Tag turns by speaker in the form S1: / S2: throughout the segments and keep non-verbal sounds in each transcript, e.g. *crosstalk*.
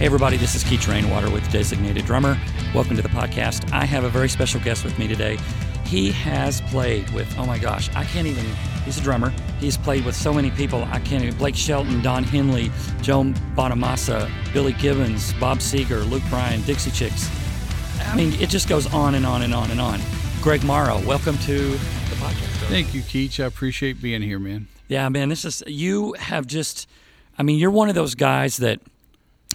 S1: everybody, this is Keith Rainwater with Designated Drummer. Welcome to the podcast. I have a very special guest with me today. He has played with, oh my gosh, I can't even, he's a drummer. He's played with so many people. I can't even, Blake Shelton, Don Henley, Joe Bonamassa, Billy Gibbons, Bob Seger, Luke Bryan, Dixie Chicks. I mean, it just goes on and on and on and on. Greg Morrow, welcome to the podcast.
S2: Thank you, Keach. I appreciate being here, man.
S1: Yeah, man, this is you have just. I mean, you're one of those guys that,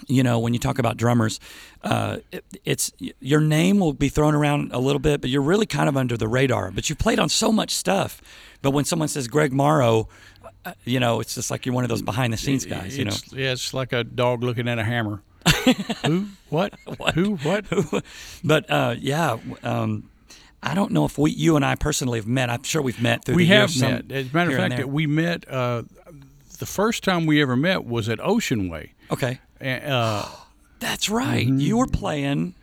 S1: you know, when you talk about drummers, uh, it, it's your name will be thrown around a little bit, but you're really kind of under the radar. But you played on so much stuff. But when someone says Greg Morrow, uh, you know, it's just like you're one of those behind the scenes guys. You know,
S2: It's- yeah, it's like a dog looking at
S1: *laughs*
S2: a hammer. Who? What? Who? What?
S1: but uh, yeah. Um, I don't know if we, you and I personally have met. I'm sure we've met through
S2: We
S1: the
S2: have
S1: years, some-
S2: met. As a matter of
S1: here and
S2: fact,
S1: there.
S2: that we met. Uh, the first time we ever met was at Ocean Way.
S1: okay. *gasps*
S2: And, uh,
S1: That's right.
S2: Mm-hmm.
S1: You were playing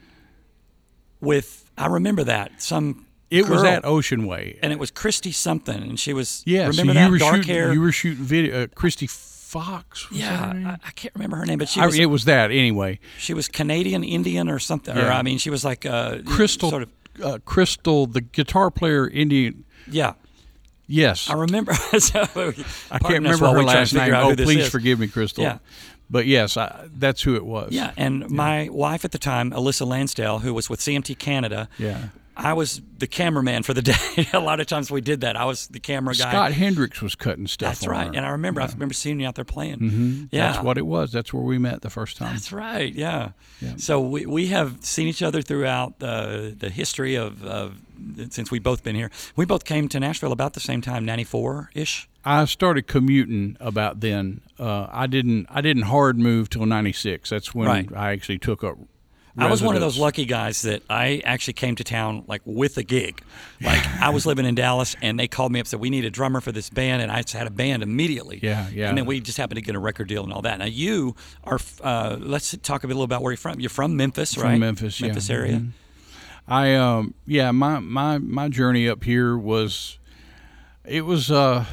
S1: with I remember that some
S2: it was
S1: girl,
S2: at Ocean Way.
S1: and it was Christy something, and she was
S2: Yeah. so
S1: Remember
S2: you
S1: that
S2: were
S1: dark
S2: shooting,
S1: hair?
S2: You were shooting video. Uh, Christy Fox. Was
S1: yeah,
S2: Her name?
S1: I, I can't remember her name, but she
S2: I-
S1: was
S2: it was that anyway.
S1: she was Canadian Indian or something. Or
S2: Yeah.
S1: I mean, she was like uh,
S2: Crystal.
S1: sort of
S2: uh, Crystal, the guitar player, Indian.
S1: yeah.
S2: Yes.
S1: I remember. *laughs* so,
S2: I can't remember her last name. Oh, please forgive me, Crystal.
S1: Yeah.
S2: But yes, I, that's who it was.
S1: Yeah, and my wife at the time, Alyssa Lansdale, who was with CMT Canada.
S2: Yeah.
S1: I was the cameraman for the *laughs* day. a lot of times we did that. I was the camera guy.
S2: Scott Hendricks was cutting stuff.
S1: That's
S2: on
S1: right.
S2: her.
S1: And I remember, I remember seeing you out there playing. Yeah.
S2: Mm-hmm. That's what it was. That's where we met the first time.
S1: That's right. Yeah. So we, we have seen each other throughout uh, the history of, of since we've both been here. We both came to Nashville about the same time, 94 ish.
S2: I started commuting about then. Uh, I didn't. I didn't hard move till '96. That's when
S1: Right.
S2: I actually took up.
S1: I was one of those
S2: residence.
S1: lucky guys that I actually came to town like with a gig. Like I was living in Dallas and they called me up and said, We need a drummer for this band. And I just had a band immediately.
S2: Yeah, yeah.
S1: And then we just happened to get a record deal and all that. Now, you are, f- uh, let's talk a little about where you're from. You're from Memphis, right?
S2: Memphis, yeah.
S1: Memphis area.
S2: Mhm. I um yeah my my my journey up here was it was uh,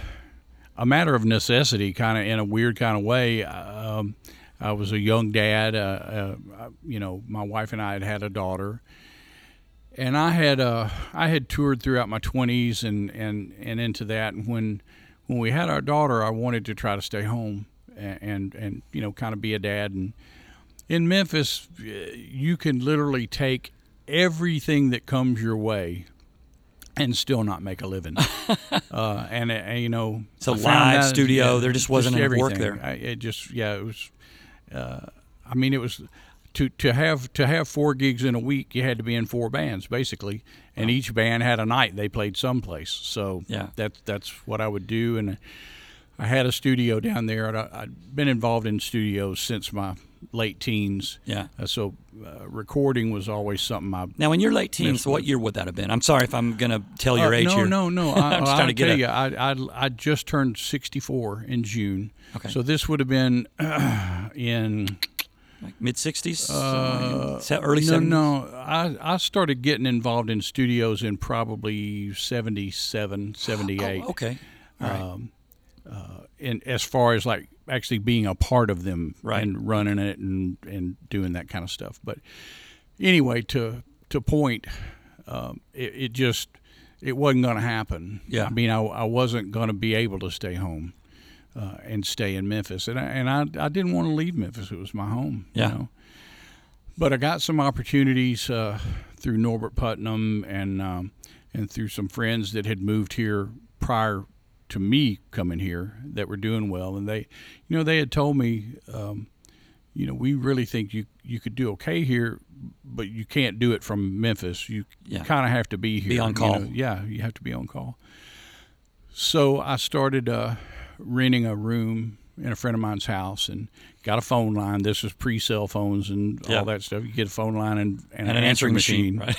S2: a matter of necessity kind of in a weird kind of way um, I was a young dad uh, uh, I- you know my wife and I had had a daughter and I had uh I had toured throughout my 20s and and and into that and when when we had our daughter I wanted to try to stay home and and, and you know kind of be a dad and in Memphis, uh, you can literally take everything that comes your way and still not make
S1: *laughs*
S2: a living. uh, and, uh, and, you know,
S1: So
S2: I found
S1: live
S2: out-
S1: studio, there just wasn't enough work
S2: everything.
S1: there.
S2: I, it just yeah, it was. Uh, I mean, it was to to have to have four gigs in a week. You had to be in four bands basically, and each band had a night they played someplace. So
S1: Yeah.
S2: that that's what I would do and. I had a studio down there. And I, I'd been involved in studios since my late teens.
S1: Yeah.
S2: Uh, so uh, recording was always something I.
S1: Now, in your late teens, what year would that have been? I'm sorry if I'm going to tell your
S2: Uh,
S1: age
S2: no,
S1: here. *laughs*
S2: no, no, I,
S1: I'm just trying to get
S2: tell
S1: a-
S2: you, I, I, I just turned 64 in June.
S1: Okay.
S2: So this would have been *clears throat* in
S1: Mid 60s? early
S2: Uh, no,
S1: 70s?
S2: no. I, I started getting involved in studios in probably 77, 78.
S1: Oh, okay. All right.
S2: in as far as like actually being a part of them
S1: Right.
S2: and running it and and doing that kind of stuff. But anyway, to to point, um, it, it just it wasn't going to happen.
S1: Yeah.
S2: I mean, I, I wasn't going to be able to stay home uh, and stay in Memphis, and I, and I I didn't want to leave Memphis. It was my home.
S1: Yeah.
S2: You know? But I got some opportunities uh, through Norbert Putnam and um, and through some friends that had moved here prior to me coming here that were doing well, and they, you know, they had told me, um, you know, we really think you you could do okay here, but you can't do it from Memphis. You
S1: Yeah.
S2: kind of have to be here.
S1: on
S2: you
S1: call.
S2: know. yeah, you have to be on call. So I started uh, renting a room in a friend of mine's house and got a phone line. This was pre cell phones and
S1: Yeah.
S2: all that stuff. You get a phone line and, and,
S1: And an answering machine. Right.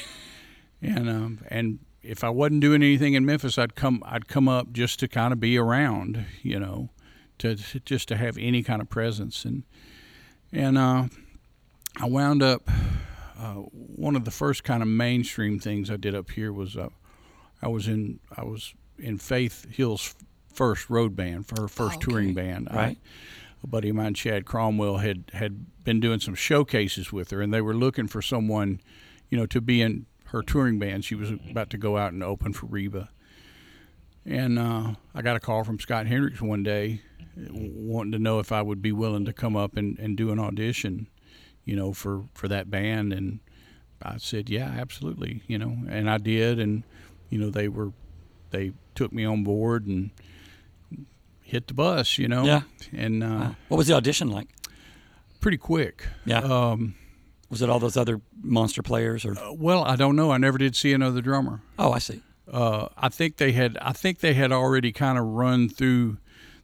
S2: And um, and if I wasn't doing anything in Memphis, I'd come I'd come up just to kind of be around, you know, to, to just to have any kind of presence. And and uh, I wound up uh, one of the first kind of mainstream things I did up here was uh, I was in I was in Faith Hill's first road band for her first touring band. I-
S1: Right.
S2: a buddy of mine, Chad Cromwell, had had been doing some showcases with her, and they were looking for someone, you know, to be in her touring band. She was about to go out and open for Reba, and uh, I got a call from Scott Hendricks one day, wanting to know if I would be willing to come up and, and do an audition, you know, for for that band, and I said, yeah, absolutely, you know, and I did, and you know, they were they took me on board and hit the bus, you know.
S1: Yeah.
S2: And uh, *laughs*
S1: *laughs* What was the audition like?
S2: pretty quick.
S1: Yeah.
S2: Um, Oh.
S1: Was it all those other monster players or?
S2: Uh, well, I don't know. I never did see another drummer.
S1: Oh, I see.
S2: Uh, I think they had. I think they had already kind of run through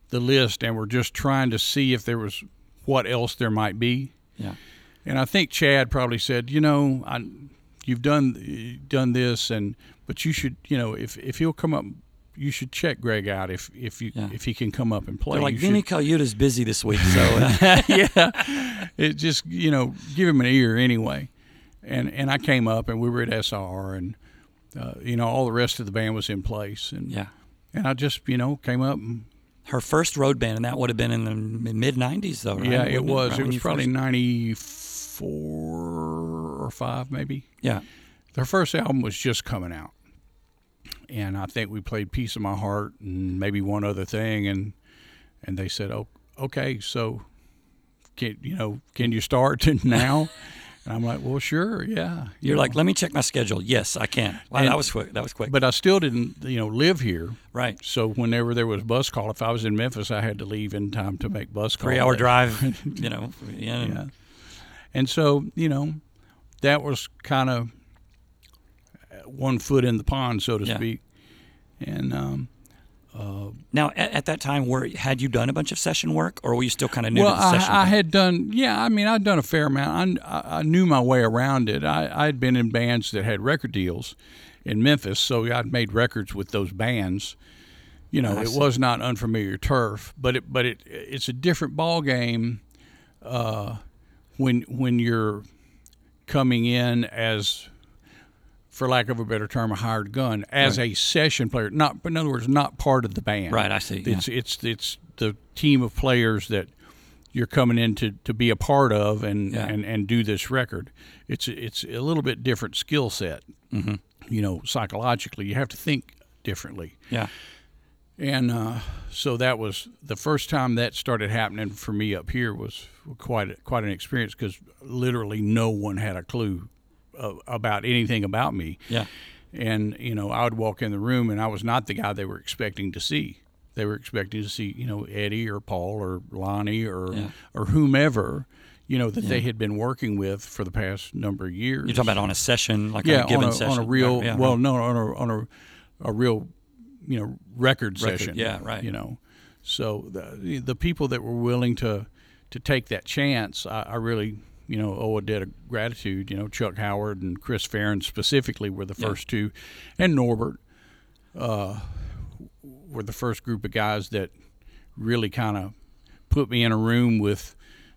S2: the list and were just trying to see if there was what else there might be.
S1: Yeah.
S2: And I think Chad probably said, you know, I, you've done you've done this, and but you should, you know, if if he'll come up, you should check Greg out if if you
S1: Yeah.
S2: if he can come up and play.
S1: They're like
S2: You
S1: Vinny
S2: should-
S1: Coyuta's busy this week,
S2: *laughs*
S1: so uh,
S2: it just you know give him an ear anyway and and i came up and we were at sr and uh, you know all the rest of the band was in place and
S1: yeah.
S2: and i just you know came up and
S1: Her first road band, and that would have been in the mid '90s, though. Right?
S2: yeah
S1: Wouldn't
S2: it was
S1: Right
S2: it
S1: when
S2: was
S1: you
S2: probably
S1: first-
S2: 94 or 5 maybe
S1: yeah,
S2: their first album was just coming out and i think we played piece of my heart and maybe one other thing and and they said oh okay so can you know can you start *laughs* now and i'm like well sure yeah you
S1: you're
S2: know.
S1: like, let me check my schedule. Yes, I can. Wow,
S2: And-
S1: that was quick. That was quick.
S2: but Oh, I still didn't, you know, live here.
S1: right,
S2: So whenever there was bus call, if I was in Memphis, I had to leave in time to make bus call.
S1: three hour
S2: there. *laughs*
S1: drive. You know, yeah,
S2: Yeah. And so you know, that was kind of one foot in the pond, so to
S1: Yeah.
S2: speak. And um,
S1: Now, at, at that time, were had you done a bunch of session work, or were you still kind of new
S2: well,
S1: to the
S2: I,
S1: session?
S2: I
S1: thing?
S2: had done, yeah, I mean, I'd done a fair amount. I, I- I knew my way around it. I, I'd been in bands that had record deals in Memphis, so I'd made records with those bands. You know,
S1: I
S2: it
S1: see.
S2: was not unfamiliar turf, but it, but it, it's a different ball game uh, when when you're coming in as, for lack of a better term, a hired gun as a session player. Not, but in other words, not part of the band.
S1: Right, I see, yeah.
S2: It's it's it's the team of players that you're coming in to, to be a part of and,
S1: Yeah.
S2: and, and do this record. It's it's a little bit different skill set. Mm-hmm. You know, psychologically, you have to think differently.
S1: yeah,
S2: And uh, so that was the first time that started happening for me up here was quite a, quite an experience because literally no one had a clue uh, about anything about me.
S1: yeah,
S2: And you know, I would walk in the room and I was not the guy they were expecting to see. They were expecting to see you know Eddie or Paul or Lonnie or
S1: Yeah.
S2: or whomever you know that they had been working with for the past number of years
S1: You're talking about on a session, like
S2: yeah,
S1: on a given
S2: on, a,
S1: session,
S2: on a real
S1: Yeah, yeah,
S2: well,
S1: right.
S2: no, on a on a, a real you know record, session.
S1: yeah, right.
S2: You know, so the the people that were willing to to take that chance, I, I really you know owe a debt of gratitude. You know, Chuck Howard and Chris Farron specifically were the
S1: Yeah.
S2: first two, and Norbert uh, were the first group of guys that really kind of put me in a room with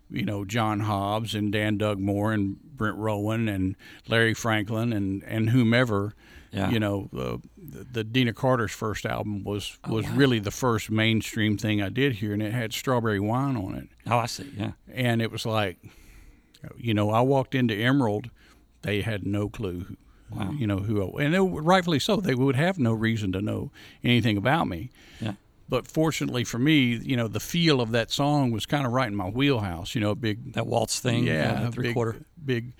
S2: you know John Hobbs and Dan Dugmore and Brent Rowan and Larry Franklin and and whomever.
S1: Yeah.
S2: You know, uh, the, the Dina Carter's first album was
S1: Oh,
S2: was really the first mainstream thing I did here, and it had Strawberry Wine on it,
S1: Oh, I see. Yeah,
S2: and it was like, you know, I walked into Emerald, they had no clue. who-
S1: Wow.
S2: You know who, I- and they, would- rightfully so, they would have no reason to know anything about me
S1: yeah,
S2: but fortunately for me, you know, the feel of that song was kind of right in my wheelhouse. You know, a big
S1: that waltz thing. uh,
S2: yeah,
S1: the
S2: a
S1: three
S2: big,
S1: quarter.
S2: big.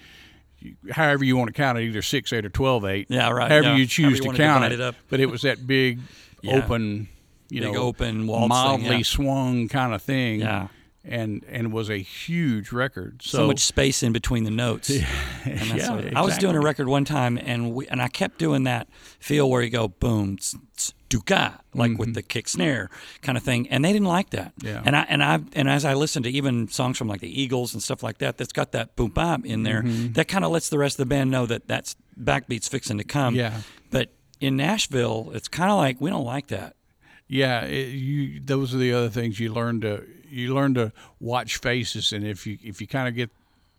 S2: However you want to count it, either six eight or twelve eight.
S1: Yeah, right,
S2: However
S1: yeah.
S2: you
S1: However
S2: choose
S1: you
S2: to
S1: wanna
S2: count
S1: divide
S2: it,
S1: it up.
S2: but it was that big,
S1: *laughs* Yeah.
S2: open, you
S1: Big
S2: know,
S1: open waltz thing,
S2: mildly
S1: yeah.
S2: swung kind of thing.
S1: Yeah.
S2: and and was a huge record. So,
S1: so much space in between the notes. And that's
S2: *laughs* Yeah,
S1: what- I was doing a record one time, and we, and I kept doing that feel where you go boom, tss, tss, duka, like with the kick snare kind of thing, and they didn't like that.
S2: Mm-hmm. Yeah.
S1: And I and I and as I listened to even songs from like the Eagles and stuff like that, that's got that boom bop in there.
S2: Mm-hmm.
S1: That kind of lets the rest of the band know that that's backbeat's fixing to come.
S2: Yeah.
S1: But in Nashville, it's kind of like we don't like that.
S2: yeah, it, you those are the other things you learn to you learn to watch faces, and if you if you kind of get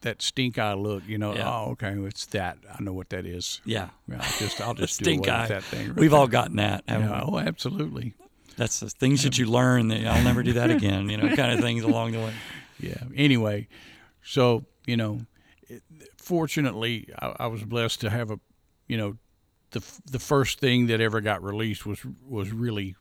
S2: that stink eye look, you know,
S1: Yeah.
S2: oh okay, it's that. I know what that is.
S1: Yeah. *laughs*
S2: Yeah, I'll just I'll just do away
S1: Stink
S2: with
S1: eye.
S2: that thing. right *laughs*
S1: We've
S2: there.
S1: all gotten that. haven't we?
S2: Yeah, oh, absolutely.
S1: That's the things that you learn that I'll never
S2: *laughs*
S1: do that again, you know, kind of things along the way.
S2: Yeah. Anyway, so, you know, it- fortunately, I, I was blessed to have a, you know, the, f- the first thing that ever got released was was really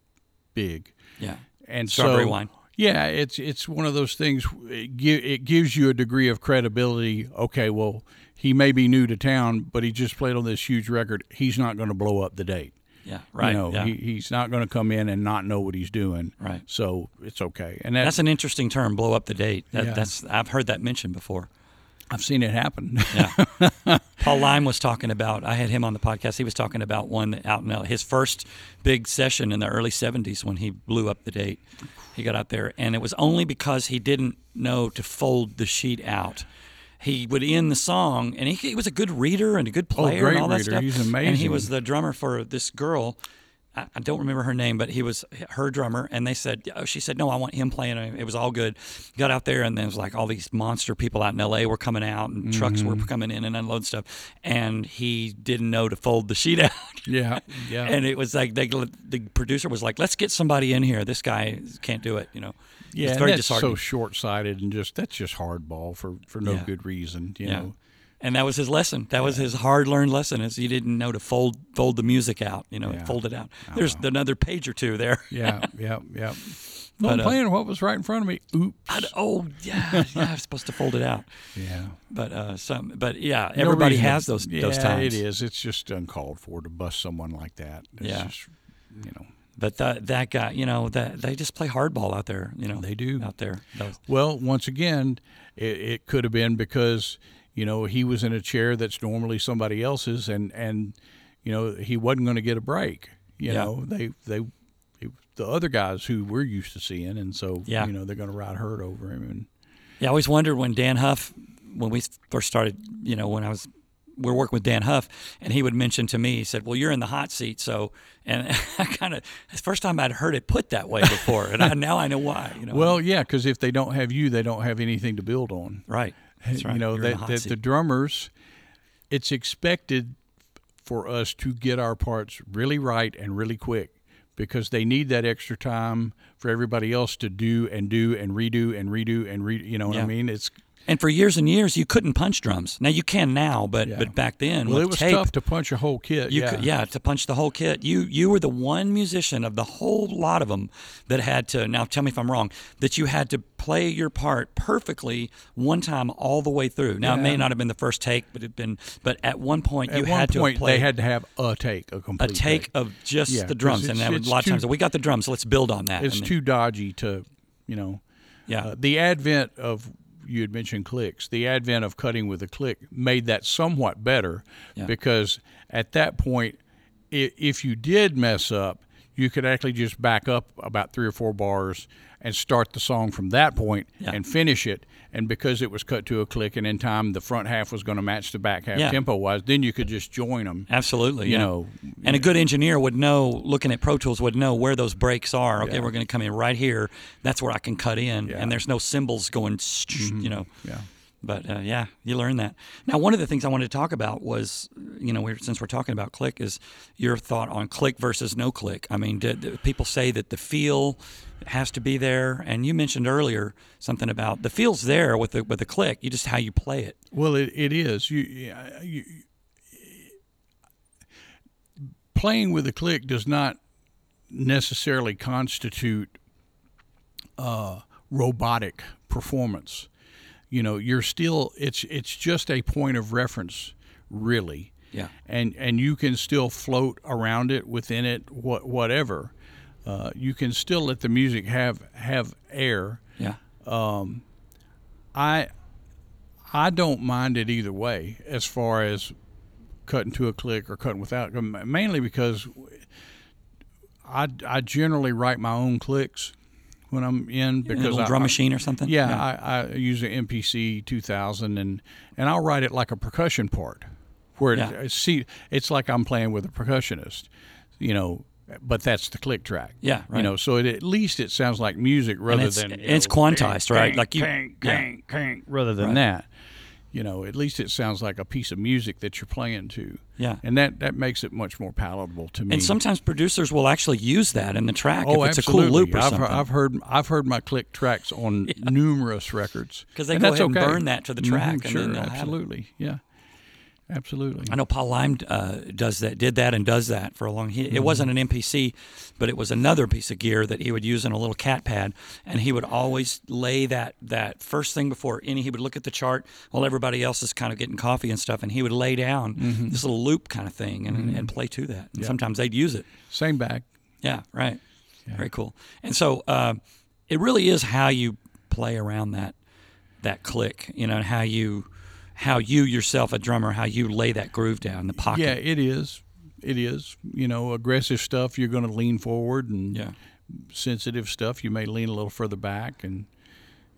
S2: big.
S1: Yeah.
S2: and
S1: Strawberry
S2: so,
S1: wine.
S2: Yeah, it's it's one of those things. It, gi- it gives you a degree of credibility. Okay, well, he may be new to town, but he just played on this huge record. He's not going to blow up the date.
S1: Yeah. Right.
S2: You know,
S1: yeah.
S2: he, he's not going to come in and not know what he's doing.
S1: Right.
S2: So it's okay. And that's,
S1: that's an interesting term, blow up the date. That,
S2: Yeah.
S1: That's I've heard that mentioned before.
S2: I've seen it happen.
S1: Paul Lyme was talking about. I had him on the podcast. He was talking about one that out in L- his first big session in the early '70s when he blew up the date. He got out there, and it was only because he didn't know to fold the sheet out. He would end the song, and he, he was a good reader and a good player
S2: Oh, great
S1: and all that
S2: reader.
S1: stuff.
S2: He's
S1: And he
S2: amazing.
S1: was the drummer for this girl. I I don't remember her name, but he was her drummer, and they said, oh, she said, no, I want him playing. uh, It was all good. Got out there, and then it was like all these monster people out in L.A. were coming out, and trucks
S2: Mm-hmm.
S1: were coming in and unloading stuff, and he didn't know to fold the sheet *laughs* out.
S2: *laughs* yeah, yeah.
S1: And it was like they, the producer was like, "Let's get somebody in here. This guy can't do it." You know,
S2: yeah,
S1: it's
S2: and
S1: very
S2: that's so
S1: disheartening.
S2: short-sighted and just that's just hardball for for no
S1: Yeah.
S2: good reason, you
S1: yeah,
S2: know.
S1: and that was his lesson. That was his hard-learned lesson is he didn't know to fold fold the music out. You know,
S2: Yeah. Oh,
S1: fold it out. There's another page or two there.
S2: Yeah, yeah,
S1: *laughs*
S2: yeah. No, I'm
S1: uh,
S2: playing what was right in front of me. Oops.
S1: I'd- oh yeah, yeah, I was supposed to fold it out.
S2: Yeah.
S1: But uh, some, but yeah,
S2: No
S1: everybody
S2: reason to-
S1: has those those
S2: yeah,
S1: times.
S2: It is. It's just uncalled for to bust someone like that. It's
S1: Yeah.
S2: just, you know.
S1: But that that guy, you know, that they just play hardball out there. You know,
S2: They do.
S1: out there. Those-
S2: Well, once again, it, it could have been because you know he was in a chair that's normally somebody else's, and and you know he wasn't going to get a break. You
S1: Yeah.
S2: know they they it, the other guys who we're used to seeing, and so
S1: Yeah.
S2: you know they're going to ride herd over him. And
S1: Yeah, I always wondered when Dan Huff, when we first started, you know, when I was, we are working with Dan Huff, and he would mention to me, he said, "Well, you're in the hot seat." So, and *laughs* I kind of, it's the first time I'd heard it put that way before, and I, now I know why. You know,
S2: well, yeah, because if they don't have you, they don't have anything to build on.
S1: right, that's right.
S2: You know
S1: You're in the
S2: that
S1: hot
S2: the,
S1: seat.
S2: the drummers, it's expected for us to get our parts really right and really quick because they need that extra time for everybody else to do and do and redo and redo and re. You know what
S1: Yeah.
S2: I mean? It's
S1: and for years and years, you couldn't punch drums. Now you can now, but
S2: Yeah.
S1: but back then,
S2: well,
S1: with
S2: it was
S1: tape,
S2: tough to punch a whole kit.
S1: You
S2: yeah,
S1: could, yeah, to punch the whole kit. You you were the one musician of the whole lot of them that had to. Now tell me if I'm wrong. That you had to play your part perfectly one time all the way through. Now it may
S2: Yeah.
S1: not have been the first take, but it been. But at one point
S2: At
S1: you
S2: one
S1: had
S2: point,
S1: to play
S2: they had to have a take, a
S1: a
S2: complete
S1: take of just
S2: Yeah,
S1: the
S2: 'cause
S1: drums, and
S2: it's-
S1: that was
S2: it's
S1: a lot of times
S2: too-
S1: we got the drums. Let's build on that.
S2: It's
S1: And then-
S2: too dodgy to, you know.
S1: yeah,
S2: Uh, the advent of you had mentioned clicks. The advent of cutting with a click made that somewhat better
S1: Yeah.
S2: because at that point, i- if you did mess up, you could actually just back up about three or four bars and start the song from that point
S1: Yeah.
S2: and finish it. And because it was cut to a click and in time, the front half was going to match the back half
S1: Yeah.
S2: tempo wise, then you could just join them.
S1: absolutely.
S2: You
S1: yeah.
S2: know,
S1: And a good engineer would know, looking at Pro Tools, would know where those breaks are. Okay, we're going to come in right here. That's where I can cut in,
S2: Yeah. Mm-hmm.
S1: and there's no cymbals going. You know.
S2: yeah.
S1: But uh, yeah, you learn that. Now, one of the things I wanted to talk about was, you know, we're, since we're talking about click, is your thought on click versus no click. I mean, did, did people say that the feel has to be there, and you mentioned earlier something about the feel's there with the with the click. You just how you play it.
S2: Well, it, it is. You, yeah, you playing with a click does not necessarily constitute uh, robotic performance. You know, you're still it's it's just a point of reference, really
S1: Yeah,
S2: and and you can still float around it within it what whatever uh, you can still let the music have have air
S1: yeah,
S2: I I don't mind it either way as far as cutting to a click or cutting without um, mainly because I, I generally write my own clicks when I'm in
S1: a
S2: because
S1: little
S2: I,
S1: drum
S2: I-
S1: machine or something.
S2: yeah, I, I use an MPC 2000 and and I'll write it like a percussion part where
S1: Yeah.
S2: it, uh, see it's like I'm playing with a percussionist, you know, but that's the click track.
S1: Yeah, right.
S2: You know, so it, at least it sounds like music rather
S1: and it's,
S2: than you
S1: it's
S2: know,
S1: quantized, right? Like you,
S2: clink,
S1: yeah.
S2: clink, clink, rather than that. you know, at least it sounds like a piece of music that you're playing to.
S1: Yeah.
S2: And that, that makes it much more palatable to me.
S1: And sometimes producers will actually use that in the track if it's a cool loop or
S2: Oh, I've,
S1: something.
S2: I've heard I've heard my click
S1: *laughs*
S2: tracks on numerous records
S1: 'Cause they
S2: And
S1: go
S2: that's
S1: ahead and
S2: okay.
S1: burn that to the
S2: Mhm,
S1: track and then
S2: sure,
S1: they'll have it.
S2: absolutely, yeah, absolutely.
S1: I know Paul Lyme uh, does that, did that, and does that for a long. He, It wasn't an MPC, but it was another piece of gear that he would use in a little cat pad, and he would always lay that that first thing before any. He would look at the chart while everybody else is kind of getting coffee and stuff, and he would lay down
S2: Mm-hmm.
S1: this little loop kind of thing and, and play to that. And sometimes they'd use it.
S2: Same bag.
S1: Yeah, right. Very cool. And so uh, it really is how you play around that that click, you know, and how you how you yourself a drummer, how you lay that groove down the pocket.
S2: Yeah, it is. It is. You know, aggressive stuff you're going to lean forward, and
S1: Yeah.
S2: sensitive stuff you may lean a little further back, and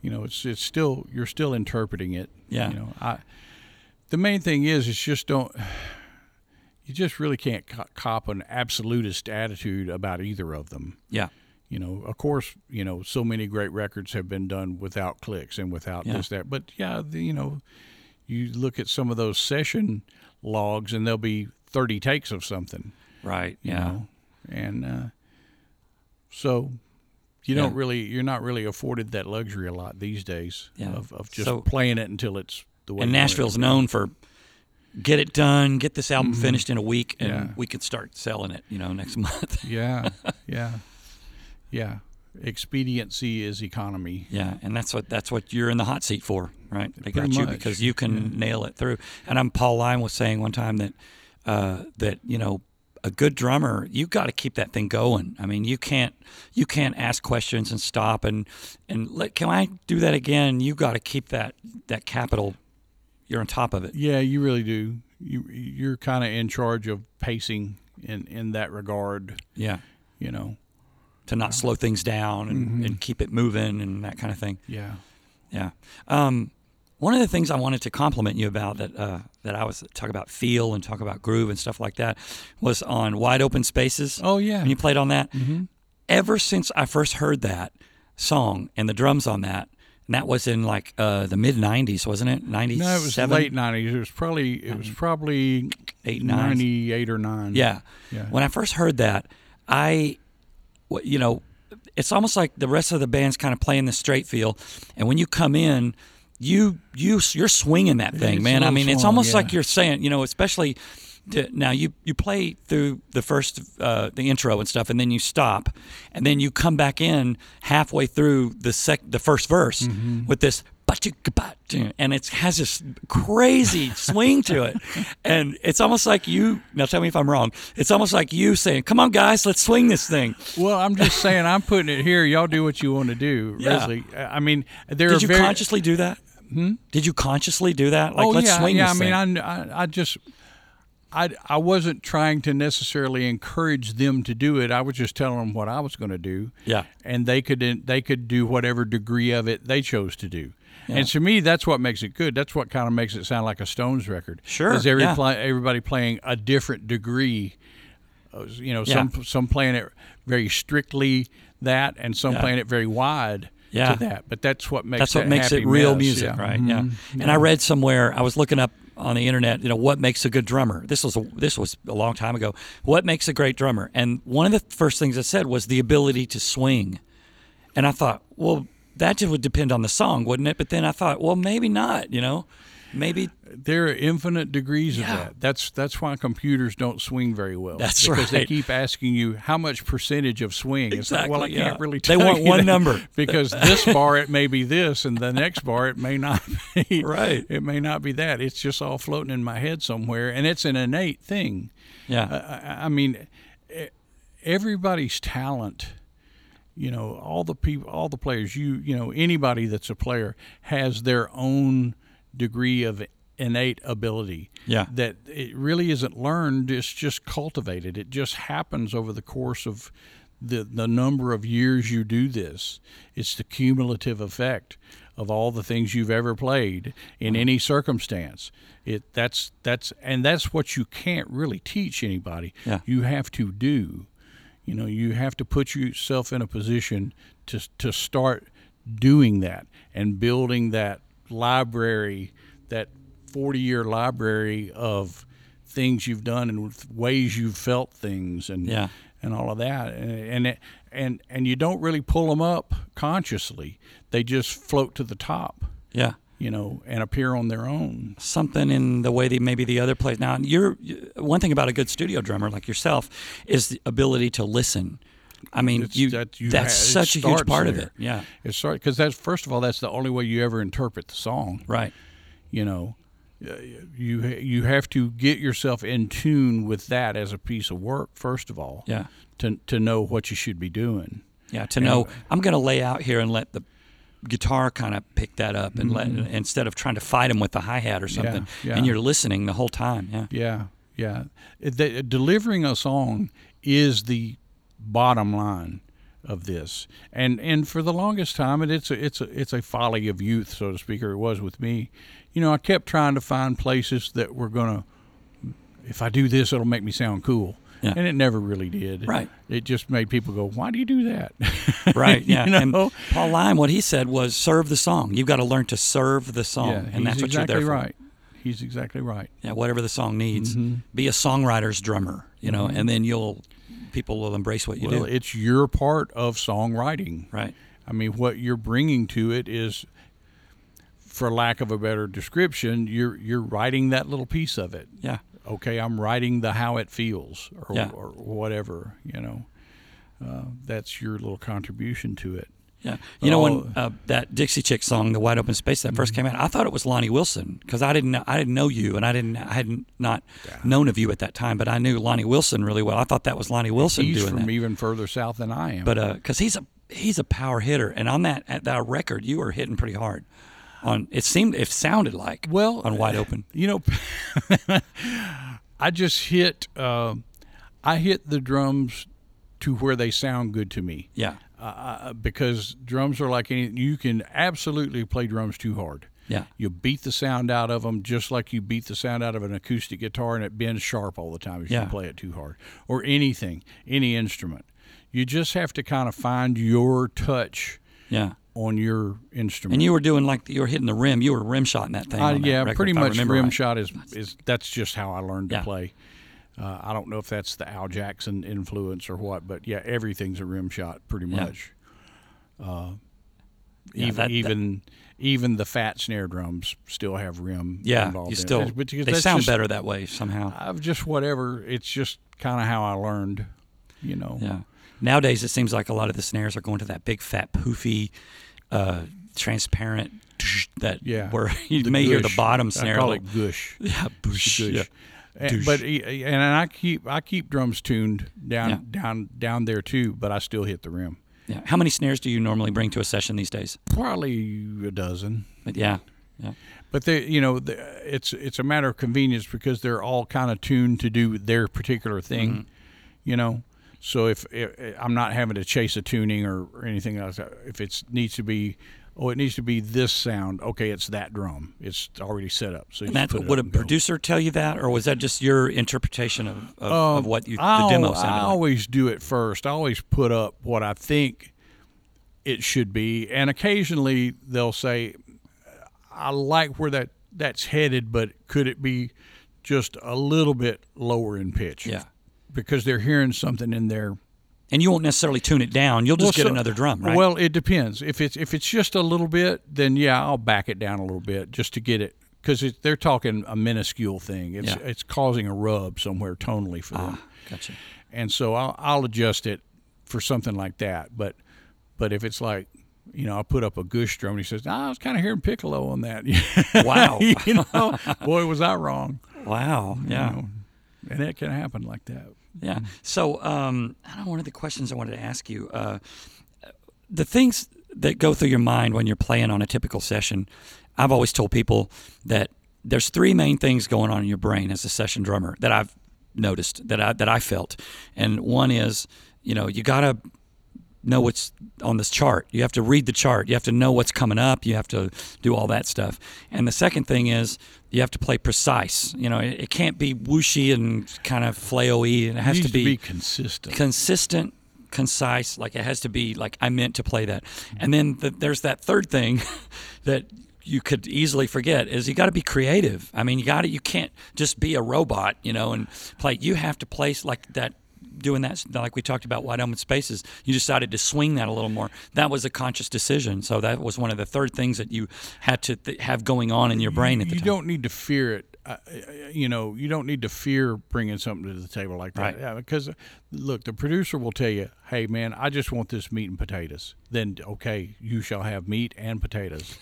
S2: you know, it's it's still you're still interpreting it.
S1: Yeah.
S2: You know, I. The main thing is, it's just don't. *sighs* You just really can't co- cop an absolutist attitude about either of them.
S1: Yeah.
S2: you know, of course, you know, so many great records have been done without clicks and without
S1: Yeah.
S2: this, that. But yeah, the, you know, you look at some of those session logs and there'll be 30 takes of something,
S1: Right.
S2: you
S1: Yeah.
S2: know. And uh, so you don't
S1: Yeah.
S2: really, you're not really afforded that luxury a lot these days
S1: Yeah.
S2: of, of just
S1: So-
S2: playing it until it's the way
S1: And
S2: you want it.
S1: Nashville's known for get it done, get this album finished in a week and
S2: Mm-hmm. Yeah.
S1: we could start selling it, you know, next *laughs* month.
S2: Yeah, yeah, yeah. Expediency is economy.
S1: yeah, and that's what that's what you're in the hot seat for, right? They
S2: Pretty
S1: got you
S2: much,
S1: because you can nail it through. And I'm Paul Lyme was saying one time that uh, that, you know, a good drummer, you got to keep that thing going. I mean, you can't you can't ask questions and stop and and let, can I do that again? You got to keep that that capital you're on top of it.
S2: Yeah, you really do. You you're kind of in charge of pacing in in that regard.
S1: Yeah.
S2: You know.
S1: to not slow things down and,
S2: Mm-hmm.
S1: and keep it moving and that kind of thing.
S2: Yeah.
S1: Yeah. Um, one of the things I wanted to compliment you about that uh, that I was talk about feel and talk about groove and stuff like that was on wide open spaces.
S2: Oh yeah. Mm-hmm.
S1: and you played on that. Ever since I first heard that song and the drums on that, and that was in like uh, the mid '90s, wasn't it? '97,
S2: no, it was late '90s. It was probably it was probably
S1: eight, nine.
S2: '98 or nine.
S1: Yeah.
S2: Yeah.
S1: When I first heard that, I, w- you know, it's almost like the rest of the band's kind of playing the straight feel, and when you come in, you you you're swinging that thing,
S2: it's
S1: man.
S2: a
S1: I
S2: little
S1: mean, it's
S2: swung,
S1: almost
S2: yeah.
S1: like you're saying, you know, especially. To, now you you play through the first uh, the intro and stuff, and then you stop, and then you come back in halfway through the sec the first verse
S2: Mm-hmm.
S1: with this "Ba-chicka-ba-chicka," and it has this crazy swing to it, and it's almost like you. Now tell me if I'm wrong. It's almost like you saying, "Come on, guys, let's swing this thing."
S2: Well, I'm just saying, I'm putting it here. Y'all do what you want to do.
S1: Yeah.
S2: Really. I mean, there are
S1: Did you
S2: very. Hmm?
S1: consciously do that? Did you consciously do that? Like,
S2: oh
S1: let's
S2: yeah,
S1: swing
S2: yeah.
S1: this
S2: I
S1: thing.
S2: mean, I, I I just. I, I wasn't trying to necessarily encourage them to do it. I was just telling them what I was going to do.
S1: yeah,
S2: and they could they could do whatever degree of it they chose to do. And to me, that's what makes it good. That's what kind of makes it sound like a Stones record.
S1: Sure,
S2: is every
S1: yeah.
S2: pla- everybody playing a different degree? Uh, You know, some some playing it very strictly that, and some
S1: Yeah.
S2: playing it very wide
S1: Yeah.
S2: to that. But that's what makes
S1: That's
S2: that
S1: what makes it
S2: happy
S1: real
S2: mess,
S1: music,
S2: yeah.
S1: right? Yeah. And I read somewhere I was looking up on the internet, you know, what makes a good drummer. This was a, this was a long time ago. What makes a great drummer? And one of the first things I said was the ability to swing. And I thought, well, that just would depend on the song, wouldn't it? But then I thought, well, maybe not. You know, maybe
S2: There are infinite degrees
S1: Yeah.
S2: of that. That's that's why computers don't swing very well.
S1: That's
S2: because they
S1: right.
S2: keep asking you how much percentage of swing. It's like, well, I
S1: Exactly,
S2: can't
S1: yeah.
S2: really
S1: They
S2: tell
S1: want
S2: you
S1: one
S2: that
S1: number.
S2: *laughs* because this bar it may be this, and the next bar it may not *laughs*
S1: *laughs*
S2: be. *laughs*
S1: Right.
S2: It may not be that. It's just all floating in my head somewhere, and it's an innate thing.
S1: yeah,
S2: I I mean, e- everybody's talent. You know, all the people, all the players. You, you know, anybody that's a player has their own degree of innate ability.
S1: Yeah.
S2: That it really isn't learned. It's just cultivated. It just happens over the course of the the number of years you do this. It's the cumulative effect of all the things you've ever played in any circumstance. It that's that's and that's what you can't really teach anybody.
S1: Yeah.
S2: You have to do. You know, you have to put yourself in a position to to start doing that and building that library, that 40 year library of things you've done and ways you've felt things and
S1: Yeah.
S2: and all of that and and it, and and you don't really pull them up consciously they just float to the top
S1: Yeah.
S2: you know and appear on their own
S1: something in the way that maybe the other plays. Now, you're one thing about a good studio drummer like yourself is the ability to listen. I mean,
S2: It's-
S1: you,
S2: that you
S1: that's
S2: ha- it
S1: such a huge
S2: starts
S1: part of
S2: there.
S1: it. Yeah,
S2: it's sort because that's first of all that's the only way you ever interpret the song
S1: right.
S2: you know uh, you you have to get yourself in tune with that as a piece of work first of all
S1: Yeah,
S2: to to know what you should be doing
S1: yeah. To know, I'm going to lay out here and let the guitar kind of pick that up and let instead of trying to fight him with the hi hat or something.
S2: Mm-hmm. yeah.
S1: And you're listening the whole time.
S2: *laughs*
S1: Yeah,
S2: Yeah, yeah. It- the- delivering a song is the bottom line of this, and and for the longest time, and it's a, it's a, it's a folly of youth, so to speak, or it was with me. You know, I kept trying to find places that were gonna. If I do this, it'll make me sound cool,
S1: Yeah.
S2: and it never really did.
S1: Right.
S2: It just made people go, "Why do you do that?" *laughs*
S1: right. Yeah.
S2: know?
S1: And Paul Lyme, what he said was serve the song. You've got to learn to serve the song,
S2: yeah,
S1: and
S2: he's
S1: that's what
S2: exactly
S1: you're there for.
S2: right. He's exactly right.
S1: yeah, whatever the song needs.
S2: Mm-hmm.
S1: Be a songwriter's drummer, you know, and then you'll people will embrace what you
S2: Well,
S1: do.
S2: it's your part of songwriting.
S1: right.
S2: I mean, what you're bringing to it is, for lack of a better description, you're you're writing that little piece of it.
S1: Yeah.
S2: Okay, I'm writing the how it feels or
S1: Yeah.
S2: or whatever. You know, uh, that's your little contribution to it.
S1: Yeah. You know
S2: Oh. Mm-hmm.
S1: when uh, that Dixie Chick song, "The Wide Open Space," that first came out, I thought it was Lonnie Wilson because I didn't know, I didn't know you and I didn't I hadn't not known of you at that time, but I knew Lonnie Wilson really well. I thought that was Lonnie Wilson
S2: He's
S1: doing
S2: from
S1: that.
S2: even further south than I am.
S1: But because he's a he's a power hitter, and on that at that record, you were hitting pretty hard. On it seemed it sounded like
S2: Well,
S1: on wide open.
S2: you know, *laughs* I just hit uh, I hit the drums to where they sound good to me.
S1: Yeah.
S2: uh, because drums are like any you can absolutely play drums too hard.
S1: Yeah.
S2: You beat the sound out of them just like you beat the sound out of an acoustic guitar and it bends sharp all the time if
S1: Yeah.
S2: you play it too hard or anything, any instrument. You just have to kind of find your touch
S1: Yeah.
S2: on your instrument.
S1: And you were doing like you were hitting the rim. You were rim shotting that thing.
S2: I,
S1: on that
S2: yeah,
S1: record,
S2: pretty
S1: if I
S2: much
S1: remember
S2: rim
S1: right.
S2: shot is is that's just how I learned to
S1: Yeah.
S2: play. Uh, I don't know if that's the Al Jackson influence or what, but yeah, everything's a rim shot pretty
S1: Yeah.
S2: much. Uh,
S1: Yeah,
S2: even
S1: that- that-
S2: even even the fat snare drums still have rim.
S1: Yeah,
S2: involved
S1: you
S2: in it.
S1: still.
S2: It's because
S1: They
S2: that's
S1: sound
S2: just-
S1: better that way somehow.
S2: I've just whatever. It's just kind of how I learned. You know.
S1: Yeah. Nowadays, it seems like a lot of the snares are going to that big fat poofy, uh, transparent. *sniffs* That
S2: Yeah.
S1: where *laughs* you
S2: The
S1: may hear the
S2: gush.
S1: bottom
S2: I
S1: snare.
S2: call
S1: like, *laughs*
S2: it gush.
S1: yeah, boosh,
S2: Goosh.
S1: yeah,
S2: And, but e- and I keep I keep drums tuned down
S1: Yeah.
S2: down down there too, but I still hit the rim.
S1: yeah. How many snares do you normally bring to a session these days?
S2: Probably a dozen.
S1: But yeah, yeah,
S2: But they, you know, the, it's it's a matter of convenience because they're all kind of tuned to do their particular thing,
S1: Mm-hmm.
S2: you know. So if, if I'm not having to chase a tuning or, or anything else, if it needs to be, oh, it needs to be this sound. Okay, it's that drum. It's already set up. So you
S1: and that
S2: just put it
S1: would
S2: up
S1: a
S2: and go.
S1: producer tell you that, or was that just your interpretation of, of, of what you, the
S2: Um, I'll-
S1: demo
S2: I
S1: sounded like?
S2: always do it first. I always put up what I think it should be, and occasionally they'll say, "I like where that that's headed, but could it be just a little bit lower in pitch?"
S1: Yeah.
S2: because they're hearing something in there.
S1: And you won't necessarily tune it down. You'll just get
S2: Well, so-
S1: another drum, right?
S2: Well, it depends. If it's if it's just a little bit, then yeah, I'll back it down a little bit just to get it because they're talking a minuscule thing. It's
S1: Yeah. Uh-huh.
S2: it's causing a rub somewhere tonally for them.
S1: gotcha.
S2: and so I'll, I'll adjust it for something like that. But but if it's like you know, I put up a gush drum and he says, "Ah, I was kind of hearing piccolo on that. *laughs*
S1: Wow.
S2: you know, boy, was I wrong.
S1: Wow. Yeah.
S2: You know, and it can happen like that.
S1: Yeah. So, um, I don't know, one of the questions I wanted to ask you uh, the things that go through your mind when you're playing on a typical session, I've always told people that there's three main things going on in your brain as a session drummer that I've noticed that I, that I felt. And one is, you know, you got to know what's on this chart. You have to read the chart. You have to know what's coming up. You have to do all that stuff. And the second thing is you have to play precise. You know, it, it can't be whooshy and kind of flail-y. It has
S2: Needs
S1: to be,
S2: consistent.
S1: consistent, concise. Like it has to be like I meant to play *laughs* that. And then the, there's that third thing that you could easily forget is you got to be creative. I mean, you got to you can't just be a robot, you know, and play. You have to place like that. Doing that, like we talked about, wide open spaces, you decided to swing that a little more. That was a conscious decision. So that was one of the third things that you had to th- have going on in your brain at the
S2: you
S1: time.
S2: don't need to fear it. I- I- You know, you don't need to fear bringing something to the table like
S1: Right.
S2: that. Yeah, because look, the producer will tell you, "Hey, man, I just want this meat and potatoes." Then, okay, you shall have meat and potatoes.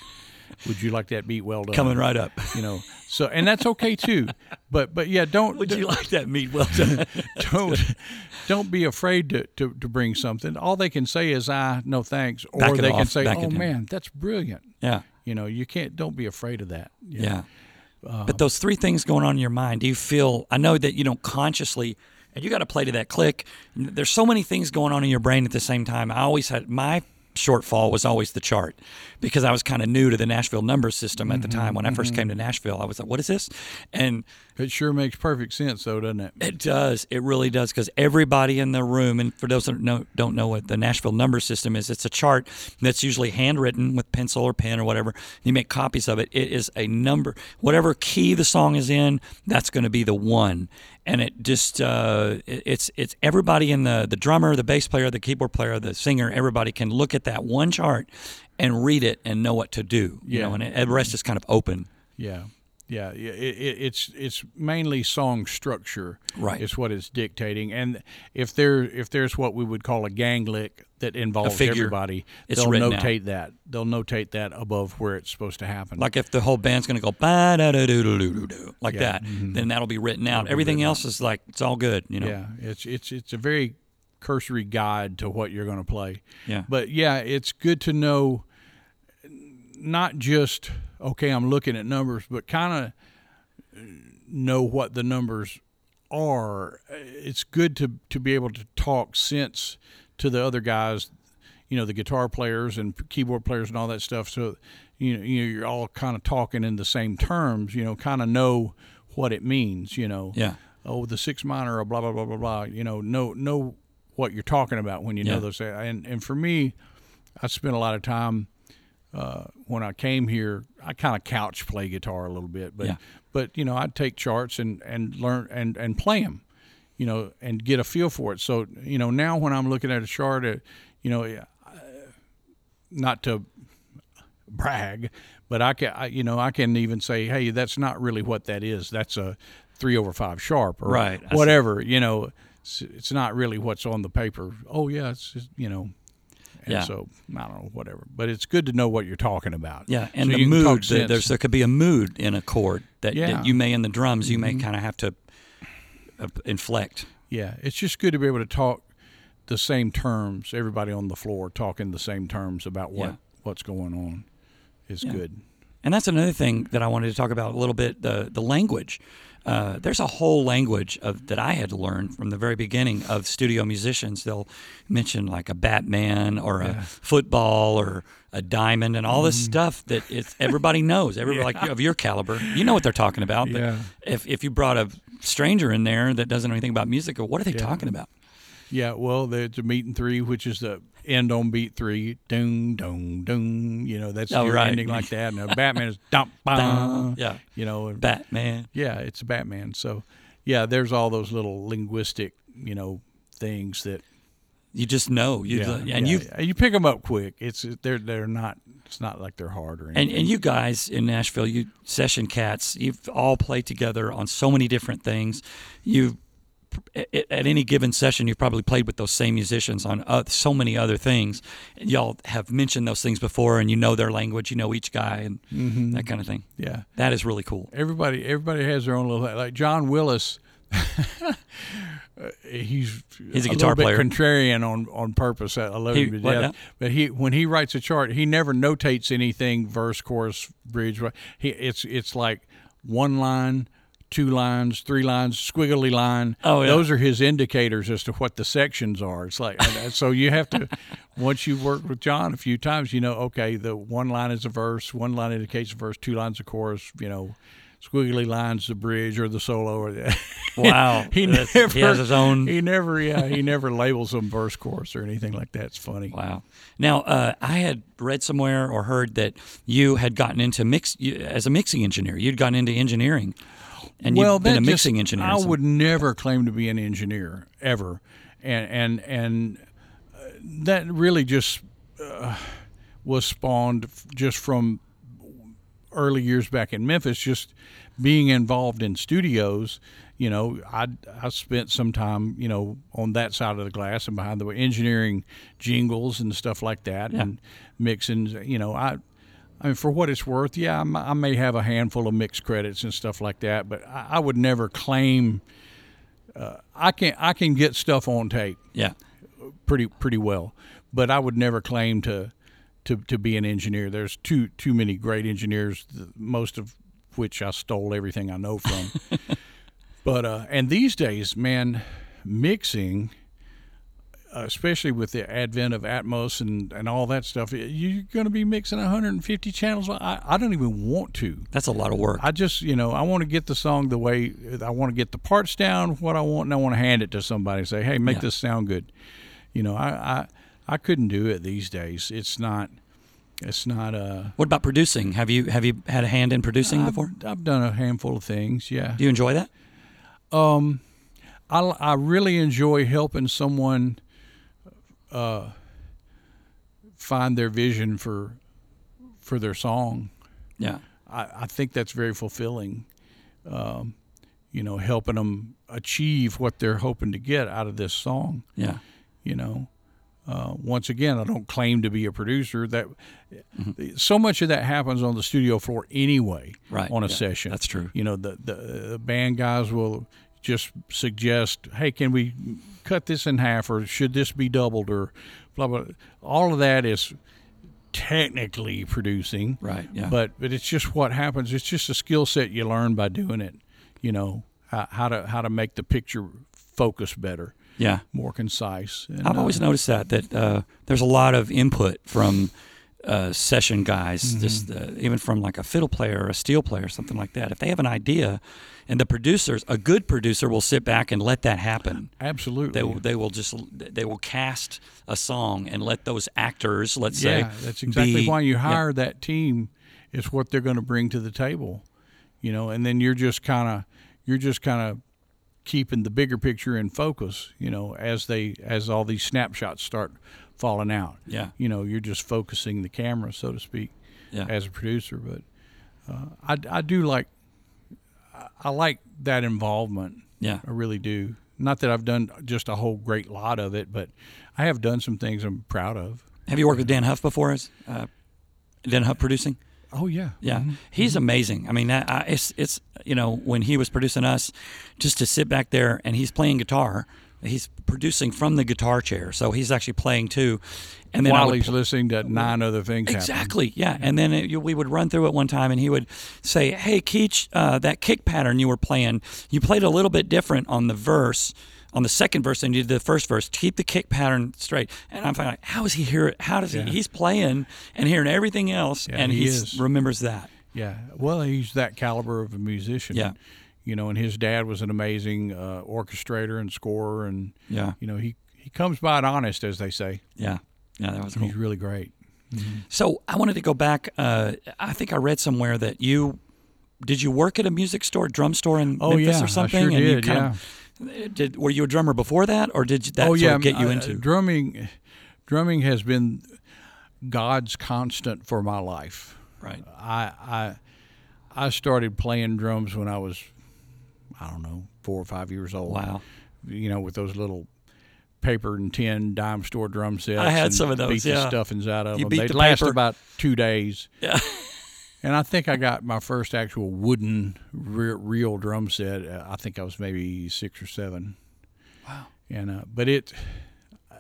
S2: Would you like that meat well done?
S1: Coming right up. *laughs*
S2: You know, so and that's okay too. But but yeah, don't
S1: Would you like that meat well done?
S2: don't *laughs* don't be afraid to, to, to bring something. All they can say is, "Ah, no thanks," or
S1: Back it
S2: they can
S1: off,
S2: say,
S1: back it
S2: "Oh
S1: down."
S2: man, that's brilliant."
S1: *laughs* yeah.
S2: You know, you can't. Don't be afraid of that. You
S1: Yeah. but those three things going on in your mind, do you feel? I know that you don't consciously, and you got to play to that click. There's so many things going on in your brain at the same time. I always had my shortfall was always the chart because I was kind of new to the Nashville number system at the time when I first came to Nashville. I was like, what is this? And
S2: It sure makes perfect sense, though, doesn't it?
S1: it does. It really does because everybody in the room, and for those that know, don't know what the Nashville number system is, it's a chart that's usually handwritten with pencil or pen or whatever. You make copies of it. It is a number, whatever key the song is in, that's going to be the one. And it just uh, it- it's it's everybody in the the drummer, the bass player, the keyboard player, the singer, everybody can look at that one chart and read it and know what to do. You
S2: Yeah.
S1: know, and it, the rest is kind of open.
S2: Yeah, yeah. yeah, It, it, it's it's mainly song structure,
S1: Right.
S2: Is what it's dictating. And if there if there's what we would call a gang lick that involves
S1: figure.
S2: everybody,
S1: It's
S2: they'll
S1: written out.
S2: notate that. They'll notate that above where it's supposed to happen.
S1: Like if the whole band's going to go ba da da do do do do do like that,
S2: mm-hmm.
S1: then that'll be written out. Everything else is like it's all good, you know.
S2: yeah, it's it's it's a very cursory guide to what you're going to play.
S1: Yeah.
S2: But yeah, it's good to know not just okay, I'm looking at numbers, but kind of know what the numbers are. It's good to to be able to talk sense to the other guys, you know, the guitar players and keyboard players and all that stuff. So you know, you know, you're all kind of talking in the same terms. You know, kind of know what it means. You know,
S1: Yeah.
S2: Oh, the six minor, or blah blah blah blah blah. You know, know know what you're talking about when you
S1: Yeah.
S2: know those. And and for me, I spent a lot of time uh, when I came here, I kind of couch play guitar a little bit, but
S1: Yeah.
S2: but you know I'd take charts and and learn and and play them, you know, and get a feel for it. So you know now when I'm looking at a chart, uh, you know, uh, not to brag, but I can I, you know I can even say, hey, that's not really what that is. That's a three over five sharp or
S1: Right, I see.
S2: whatever. You know, it's, it's not really what's on the paper. Oh yeah, it's just, you know. And
S1: Yeah.
S2: so I don't know, whatever. But it's good to know what you're talking about.
S1: Yeah, and
S2: So
S1: the
S2: you can talk
S1: mood the,
S2: sense.
S1: there's there could be a mood in a chord that,
S2: Yeah. Mm-hmm.
S1: that you may in the drums you may kind of have to uh, inflect.
S2: yeah, it's just good to be able to talk the same terms. Everybody on the floor talking the same terms about what
S1: Yeah.
S2: what's going on is good.
S1: And that's another thing that I wanted to talk about a little bit the the language. Uh, there's a whole language of that I had to learn from the very beginning of studio musicians. They'll mention like a Batman or a football or a diamond and all
S2: Mm-hmm.
S1: this stuff that it's everybody
S2: *laughs*
S1: knows. Everybody like of your caliber, you know what they're talking about. But
S2: Yeah.
S1: if if you brought a stranger in there that doesn't know anything about music, what are they talking about?
S2: Yeah, well, there's a meet and three, which is the end on beat three, doom, doom, doom. You know, that's
S1: Oh,
S2: your
S1: right.
S2: ending like that. And a Batman is *laughs* dump,
S1: Dun.
S2: bum,
S1: Yeah.
S2: You know, and-
S1: Batman.
S2: yeah, it's Batman. So, yeah, there's all those little linguistic, you know, things that
S1: You just know. You
S2: Yeah,
S1: and you
S2: yeah. you pick them up quick. It's they're they're not. It's not like they're hard or anything.
S1: And, and you guys in Nashville, you session cats, you've all played together on so many different things. You've at at any given session, you've probably played with those same musicians on uh, so many other things. Y'all have mentioned those things before, and you know their language, you know each guy, and
S2: Mm-hmm.
S1: that kind of thing.
S2: yeah,
S1: That is really cool.
S2: everybody everybody has their own little like John Willis. *laughs* uh, he's
S1: He's a
S2: little
S1: guitar
S2: bit
S1: player.
S2: contrarian on on purpose. I love
S1: He-
S2: him to
S1: what
S2: death.
S1: now?
S2: But he when he writes a chart, he never notates anything verse, chorus, bridge. He it's it's like one line. Two lines, three lines, squiggly line.
S1: Oh, yeah.
S2: Those are his indicators as to what the sections are. It's like, and- and so you
S1: *laughs*
S2: have to, once you've worked with John a few times, you know, okay, the one line is a verse, one line indicates a verse, two lines a chorus, you know, squiggly lines the bridge or the solo or the. *laughs*
S1: Wow.
S2: *laughs* he
S1: That's-
S2: never
S1: he has his own.
S2: *laughs* He never yeah he never labels them verse chorus or anything like that. It's funny.
S1: Wow. Now, uh, I had read somewhere or heard that you had gotten into mix you, as a mixing engineer. You'd gotten into engineering, and
S2: well,
S1: you've been
S2: that
S1: a
S2: just-
S1: mixing engineer.
S2: I
S1: So-
S2: would never claim to be an engineer ever, and and and uh, that really just uh, was spawned f- just from early years back in Memphis, just being involved in studios. You know, I I spent some time you know on that side of the glass and behind the engineering jingles and stuff like that, and mixing. You know, I I mean, for what it's worth, yeah, I m- I may have a handful of mixed credits and stuff like that, but I, I would never claim. Uh, I can I can get stuff on tape
S1: Yeah.
S2: pretty pretty well, but I would never claim to to, to be an engineer. There's too too many great engineers, th- most of which I stole everything I know from. but uh, and these days, man, mixing, especially with the advent of Atmos and, and all that stuff, you're going to be mixing 150 channels. I, I don't even want to.
S1: That's a lot of work.
S2: I just, you know, I want to get the song the way I want to get the parts down, what I want, and I want to hand it to somebody and say, hey, make this sound good. You know, I, I, I couldn't do it these days. It's not, it's not, uh,
S1: what about producing? Have you have you had a hand in
S2: Um,
S1: producing before?
S2: I've done a handful of things. Yeah.
S1: Do you enjoy that?
S2: I, I really enjoy helping someone uh, find their vision for, for their song.
S1: Yeah.
S2: I, I think that's very fulfilling. Um, you know, helping them achieve what they're hoping to get out of this song.
S1: Yeah.
S2: You know, uh, once again, I don't claim to be a producer. That so much of that happens on the studio floor anyway.
S1: Right,
S2: on a
S1: yeah,
S2: session,
S1: that's true.
S2: You know, the the the band guys will just suggest, hey, can we cut this in half, or should this be doubled, or blah blah. All of that is technically producing
S1: Right, yeah.
S2: but but it's just what happens it's just a skill set you learn by doing it you know how, how to how to make the picture focus better
S1: Yeah.
S2: more concise and,
S1: I've
S2: uh,
S1: always noticed that that uh, there's a lot of input from uh, session guys,
S2: Mm-hmm.
S1: just uh, even from like a fiddle player or a steel player or something like that. If they have an idea, and the producers, a good producer will sit back and let that happen.
S2: absolutely
S1: They will, they will just they will cast a song and let those actors, let's say,
S2: yeah that's exactly
S1: be-
S2: why you
S1: yeah,
S2: hire that team it's what they're going to bring to the table you know and then you're just kind of you're just kind of keeping the bigger picture in focus you know as they as all these snapshots start falling out
S1: Yeah.
S2: you know you're just focusing the camera so to speak
S1: Yeah.
S2: as a producer but uh, I, I do like I- i like that involvement
S1: Yeah.
S2: i really do not that i've done just a whole great lot of it but i have done some things i'm proud of
S1: Have you worked with Dan Huff before? As uh, Dan Huff producing?
S2: oh yeah
S1: Yeah, he's
S2: Mm-hmm.
S1: amazing. I mean, that, I, it's it's you know when he was producing us, just to sit back there and he's playing guitar. He's producing from the guitar chair, so he's actually playing too. And then I
S2: while
S1: *laughs* would Oh,
S2: he's listening to nine other things happen.
S1: Exactly. Yeah. And then it, you- we would run through it one time, and he would say, "Hey, Keach, uh, that kick pattern you were playing, you played a little bit different on the verse, on the second verse, than you did the first verse. Keep the kick pattern straight." And I'm thinking, like, "How does he hear it? How does he? He's playing and hearing everything else, and
S2: he
S1: he
S2: is.
S1: remembers that."
S2: Yeah. Well, he's that caliber of a musician.
S1: Yeah.
S2: You know, and his dad was an amazing uh, orchestrator and scorer, and
S1: Yeah.
S2: you know he he comes by it honest, as they say.
S1: Yeah. Yeah, that was cool.
S2: He's really great.
S1: So I wanted to go back. Uh, I think I read somewhere that you did you work at a music store, drum store in
S2: Oh,
S1: Memphis
S2: yeah, I
S1: or
S2: sure
S1: something? and you
S2: did,
S1: of, did, were you a drummer before that, or did you- that
S2: oh
S1: sort
S2: yeah,
S1: of get you
S2: uh,
S1: into?
S2: drumming. Drumming has been God's constant for my life.
S1: right.
S2: I I I started playing drums when I was I don't know four or five years old.
S1: Wow.
S2: You know, with those little paper and tin dime store drum sets.
S1: I had
S2: and
S1: some of those,
S2: Beat
S1: yeah.
S2: the stuffings out of
S1: You
S2: them.
S1: beat
S2: They
S1: the
S2: last
S1: paper.
S2: about two days.
S1: Yeah. *laughs*
S2: And I think I got my first actual wooden re- real drum set. uh, I think I was maybe six or seven. Wow. And uh, but it uh,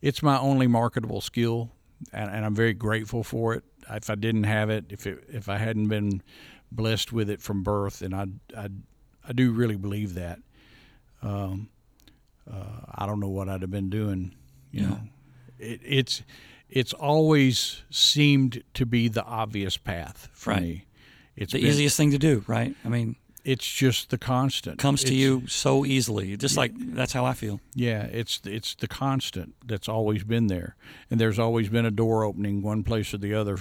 S2: it's my only marketable skill, and, and I'm very grateful for it. If I didn't have it, if it, if I hadn't been blessed with it from birth, and I I, I do really believe that. Um, uh, I don't know what I'd have been doing. You know, it, it's it's always seemed to be the obvious path for
S1: Right.
S2: me, It's
S1: the
S2: been-
S1: easiest thing to do, right? I mean,
S2: It's just the constant
S1: comes to
S2: It's-
S1: you so easily. Just like that's how I feel.
S2: Yeah, it's it's the constant that's always been there, and there's always been a door opening one place or the other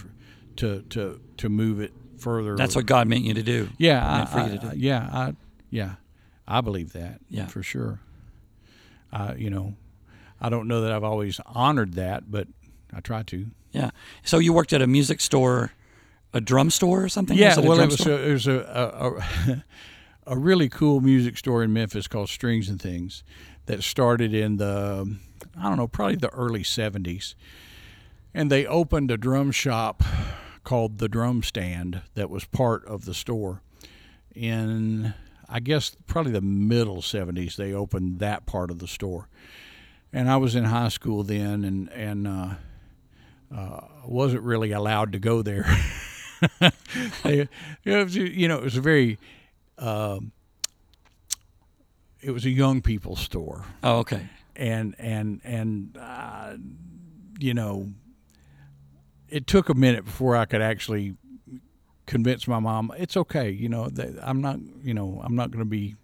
S2: to to to move it further.
S1: That's what God meant you to do.
S2: Yeah,
S1: meant
S2: I,
S1: for you to
S2: I-
S1: do.
S2: yeah, I yeah, I believe that.
S1: Yeah.
S2: for sure. I you know, I don't know that I've always honored that, but I try to.
S1: Yeah. So you worked at a music store, a drum store or something?
S2: Yeah,
S1: Was it a
S2: well,
S1: drum
S2: it was
S1: store?
S2: a, it was a a, a, *laughs* a really cool music store in Memphis called Strings and Things that started in the I don't know probably the early '70s, and they opened a drum shop called the Drum Stand that was part of the store. In I guess probably the middle '70s they opened that part of the store, and I was in high school then, and and. Uh, wasn't really allowed to go there. *laughs* They- it was, you know, it was a very, um, it was a young people store,
S1: oh, okay.
S2: and and and uh, you know, it took a minute before I could actually convince my mom it's okay. You know, that I'm not, you know, I'm not going to be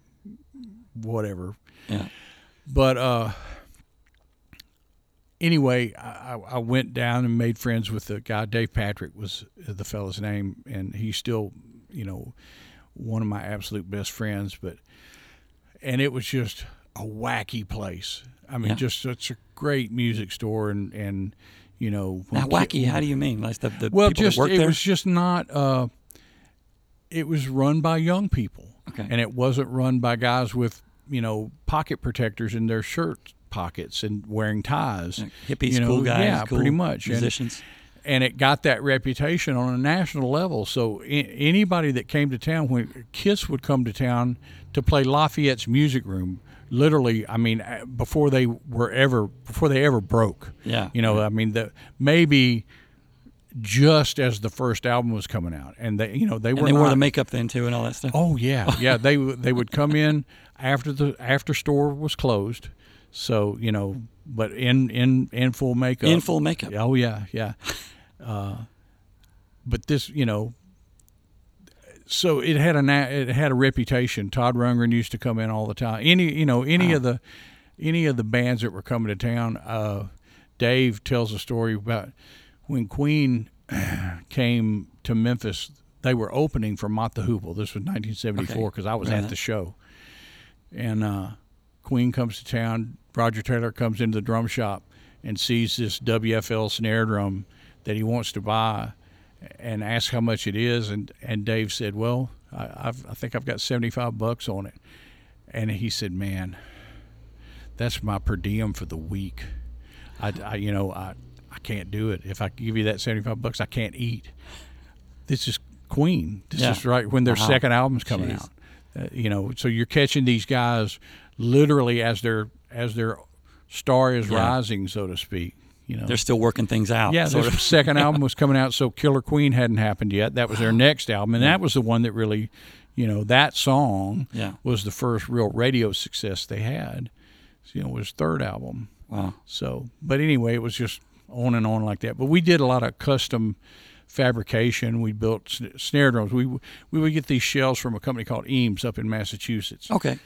S2: whatever
S1: Yeah.
S2: but uh, anyway, I, I- I went down and made friends with the guy. Dave Patrick was the fellow's name, and he's still, you know, one of my absolute best friends. But and it was just a wacky place. I mean,
S1: Yeah.
S2: just such a great music store, and and you know,
S1: Now,
S2: when ki-
S1: wacky, how do you mean? Like the, the
S2: well,
S1: people
S2: just
S1: that work
S2: it
S1: there?
S2: was just not. Uh, it was run by young people,
S1: Okay.
S2: and it wasn't run by guys with you know pocket protectors in their shirt pockets and wearing ties.
S1: Like hippies,
S2: you know,
S1: cool guys,
S2: yeah,
S1: cool
S2: pretty much. And-
S1: musicians.
S2: and it got that reputation on a national level. So I- anybody that came to town, when Kiss would come to town to play Lafayette's Music Room, literally, I mean, uh, before they were ever before they ever broke.
S1: Yeah.
S2: you know, I mean, the maybe just as the first album was coming out, and they, you know, they were
S1: and they wore
S2: not-
S1: the makeup then too and all that *laughs* stuff.
S2: Oh yeah, yeah. They w- they would come in after the after store was closed, so you know, but in in in full makeup.
S1: in full makeup.
S2: Oh yeah, yeah. Uh, but this, you know, so it had a na- it had a reputation. Todd Rundgren used to come in all the time. Any you know any of the any of the bands that were coming to town. Uh, Dave tells a story about when Queen *clears throat* came to Memphis. They were opening for Mata Hoople. This was 1974
S1: Okay.
S2: because I was
S1: Remember
S2: at
S1: that.
S2: the show, and uh, Queen comes to town. Roger Taylor comes into the drum shop and sees this WFL snare drum that he wants to buy and asks how much it is. And, and Dave said, Well, I, I've, I think I've got 75 bucks on it. And he said, Man, that's my per diem for the week. I, I- you know, I, I can't do it. If I give you that 75 bucks, I can't eat. This is Queen. This
S1: Yeah.
S2: is right when their
S1: Wow.
S2: second album's coming
S1: Jeez.
S2: out. Uh, you know, so you're catching these guys literally as their as their star is
S1: Yeah.
S2: rising, so to speak. You know,
S1: They're still working things out.
S2: yeah,
S1: sort
S2: their
S1: of.
S2: second album was coming out, so Killer Queen hadn't happened yet. That was their next album, and that was the one that really, you know, that song
S1: Yeah.
S2: was the first real radio success they had. You know, it was third album.
S1: Wow.
S2: So, but anyway, it was just on and on like that. But we did a lot of custom fabrication. We built sn- snare drums. We w- we would get these shells from a company called Eames up in
S1: *laughs*
S2: Massachusetts,
S1: Okay.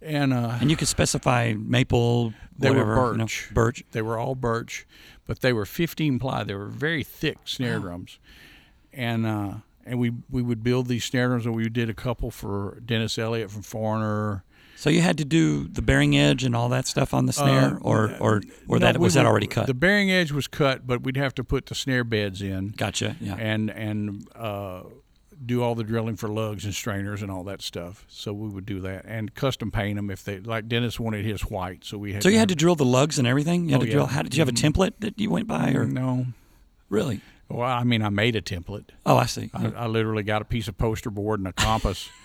S2: and uh,
S1: And you could specify maple,
S2: They were
S1: whatever. you know,
S2: birch.
S1: birch.
S2: They were all birch, but they were 15 ply. They were very thick snare drums, and uh, and we we would build these snare drums. And we did a couple for Dennis Elliott from Foreigner.
S1: So you had to do the bearing edge and all that stuff on the snare, or or or
S2: Uh, No,
S1: that
S2: we
S1: was that
S2: would-
S1: already cut?
S2: The bearing edge was cut, but we'd have to put the snare beds in
S1: gotcha. Yeah.
S2: and and uh, do all the drilling for lugs and strainers and all that stuff. So we would do that and custom paint them if they like. Dennis wanted his white, so we had.
S1: so you had to drill the lugs and everything. You had
S2: Oh,
S1: to drill.
S2: yeah. Mm-hmm.
S1: How did you have a template that you went by, or
S2: no.
S1: really?
S2: Well, I mean, I made a template.
S1: Oh, I see.
S2: I, I literally got a piece of poster board and a compass. *laughs*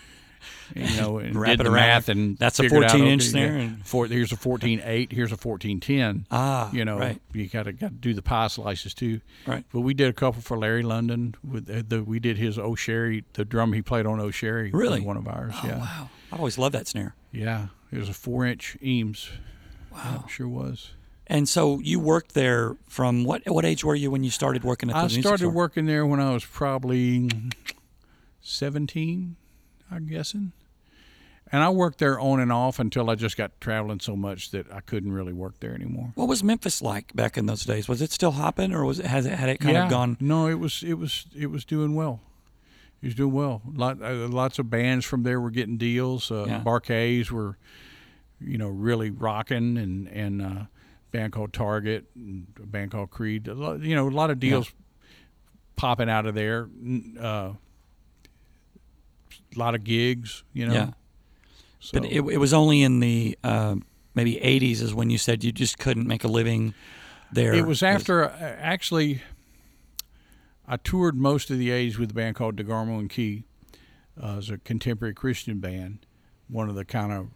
S2: You know, and
S1: Wrap
S2: did
S1: it
S2: the
S1: around.
S2: math and
S1: That's a
S2: figured out,
S1: 14 inch
S2: okay,
S1: snare
S2: yeah,
S1: and-
S2: four, here's a fourteen eight. Here's a fourteen ten.
S1: Ah,
S2: you know,
S1: right.
S2: you gotta got to do the pie slices too.
S1: Right.
S2: But we did a couple for Larry London with uh, the we did his O'Sherry the drum he played on O'Sherry. was
S1: Really? Oh,
S2: one of ours. yeah,
S1: Wow. I've always loved that snare.
S2: yeah. It was a four inch Eames.
S1: Wow.
S2: Sure was.
S1: And so you worked there from what what age were you when you started working at the
S2: I
S1: music
S2: started
S1: store?
S2: working there when I was probably 17, I'm guessing. And I worked there on and off until I just got traveling so much that I couldn't really work there anymore.
S1: What was Memphis like back in those days? Was it still hopping, or was it has it had it kind
S2: yeah.
S1: of gone?
S2: No, it was it was it was doing well. It was doing well. Lot uh, lots of bands from there were getting deals. Uh,
S1: Yeah.
S2: Barquets were, you know, really rocking, and and uh, a band called Target, and a band called Creed. A lot, you know, a lot of deals popping out of there. N- Uh, a lot of gigs. You know.
S1: Yeah,
S2: So.
S1: but it, it was only in the uh, maybe '80s is when you said you just couldn't make a living there.
S2: It was after uh, actually. I toured most of the '80s with a band called DeGarmo and Key, uh, as a contemporary Christian band, one of the kind of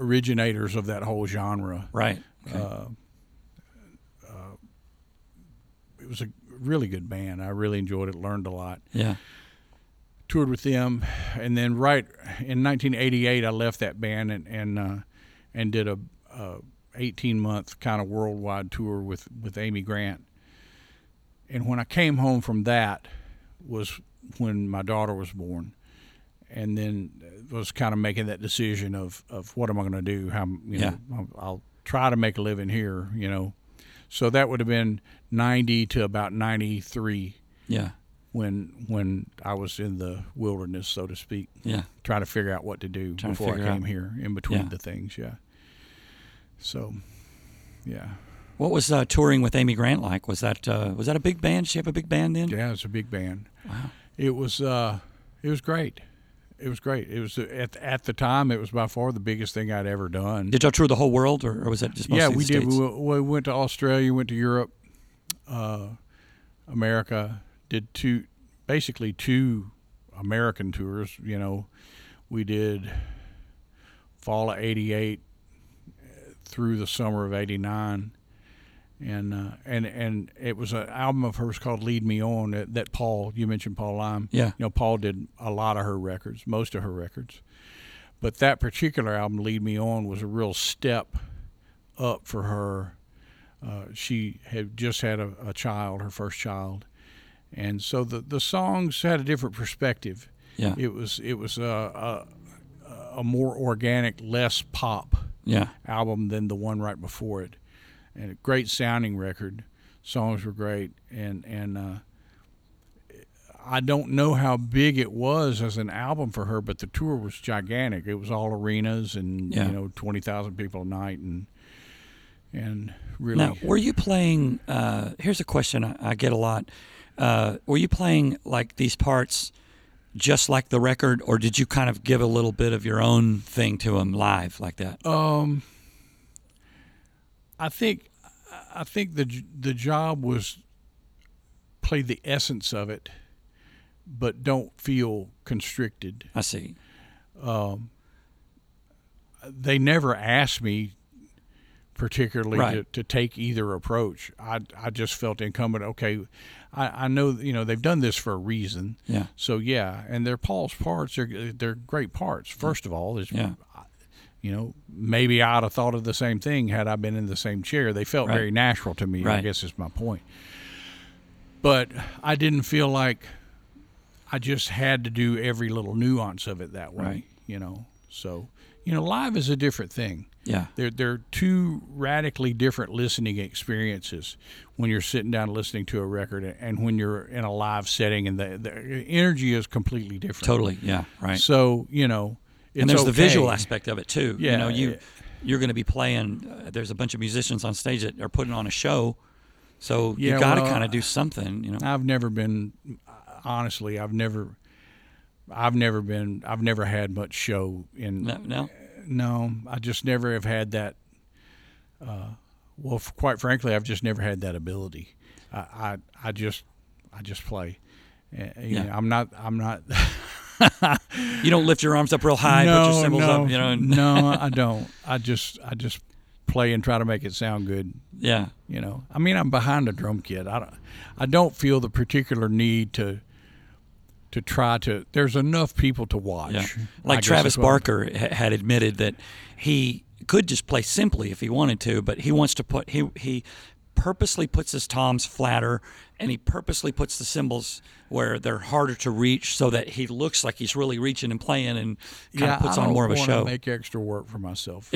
S2: originators of that whole genre.
S1: right. Okay.
S2: uh, It was a really good band. I really enjoyed it. Learned a lot.
S1: yeah,
S2: toured with them, and then right in 1988, I left that band and and uh, and did a, a 18 month kind of worldwide tour with with Amy Grant. And when I came home from that, was when my daughter was born, and then was kind of making that decision of of what am I going to do? How you know I'll, I'll try to make a living here, you know. So that would have been 90 to about 93
S1: yeah,
S2: when when I was in the wilderness, so to speak,
S1: yeah.
S2: trying to figure out what to do
S1: Trying to
S2: before I
S1: figure
S2: came
S1: out.
S2: here. In between
S1: Yeah.
S2: the things, yeah. So, yeah,
S1: What was uh, touring with Amy Grant like? Was that uh, was that a big band? Did she have a big band then?
S2: yeah, it's a big band.
S1: Wow.
S2: It was uh, it was great. It was great. It was at at the time it was by far the biggest thing I'd ever done.
S1: Did y'all tour the whole world, or, or was that just mostly
S2: yeah,
S1: the
S2: we did.
S1: States?
S2: We, we went to Australia, went to Europe, uh, America. Did two, basically two American tours. You know, we did fall of '88 through the summer of '89, and uh, and and it was an album of hers called "Lead Me On" that, that Paul you mentioned Paul Lyme.
S1: Yeah.
S2: you know Paul did a lot of her records, most of her records, but that particular album, "Lead Me On," was a real step up for her. Uh, she had just had a, a child, her first child, and so the the songs had a different perspective.
S1: yeah,
S2: It was it was a a, a more organic, less pop
S1: yeah,
S2: album than the one right before it, and a great sounding record. Songs were great, and and uh, I don't know how big it was as an album for her, but the tour was gigantic. It was all arenas and
S1: Yeah.
S2: you know twenty thousand people a night, and and really
S1: Now, were you playing? Uh, here's a question I, I get a lot. Uh, were you playing like these parts just like the record, or did you kind of give a little bit of your own thing to them live like that?
S2: Um, I think I think the j- the job was play the essence of it, but don't feel constricted.
S1: I see.
S2: They never asked me particularly to,
S1: Right.
S2: to take either approach. I I just felt incumbent. Okay, I, I know you know they've done this for a reason.
S1: Yeah,
S2: So yeah, and they're Paul's parts. They're they're great parts. First of all, there's
S1: yeah,
S2: you know, maybe I'd have thought of the same thing had I been in the same chair. They felt
S1: Right.
S2: very natural to me, I
S1: Right.
S2: guess is my point. But I didn't feel like I just had to do every little nuance of it that way,
S1: Right.
S2: you know. So, you know, live is a different thing.
S1: yeah,
S2: They're, they're two radically different listening experiences when you're sitting down listening to a record and when you're in a live setting, and the, the energy is completely different.
S1: totally. Yeah, right.
S2: So, you know, it's
S1: and there's the
S2: okay.
S1: visual aspect of it too. you
S2: Yeah,
S1: know, you
S2: yeah.
S1: you're going to be playing. Uh, there's a bunch of musicians on stage that are putting on a show, so you
S2: Yeah,
S1: got to
S2: well,
S1: kind of do something. You know,
S2: I've never been honestly, I've never I've never been I've never had much show in
S1: no, no?
S2: no, I just never have had that uh well, f- quite frankly, I've just never had that ability. I I, I just I just play. Uh, you
S1: Yeah.
S2: know, I'm not I'm not *laughs*
S1: you don't lift your arms up real high,
S2: no,
S1: put your cymbals
S2: no,
S1: up. You know, and, *laughs*
S2: no, I don't. I just I just play and try to make it sound good.
S1: yeah,
S2: You know, I mean, I'm behind a drum kit. I don't, I don't feel the particular need to to try to. There's enough people to watch.
S1: Yeah.
S2: I
S1: Like
S2: guess
S1: Travis
S2: is what I'm-
S1: Barker ha- had admitted that he could just play simply if he wanted to, but he wants to put he he purposely puts his toms flatter and he purposely puts the cymbals where they're harder to reach so that he looks like he's really reaching and playing and kind
S2: yeah,
S1: of puts
S2: I
S1: on
S2: don't
S1: more of a
S2: wanna
S1: show.
S2: Make extra work
S1: *laughs*
S2: for myself.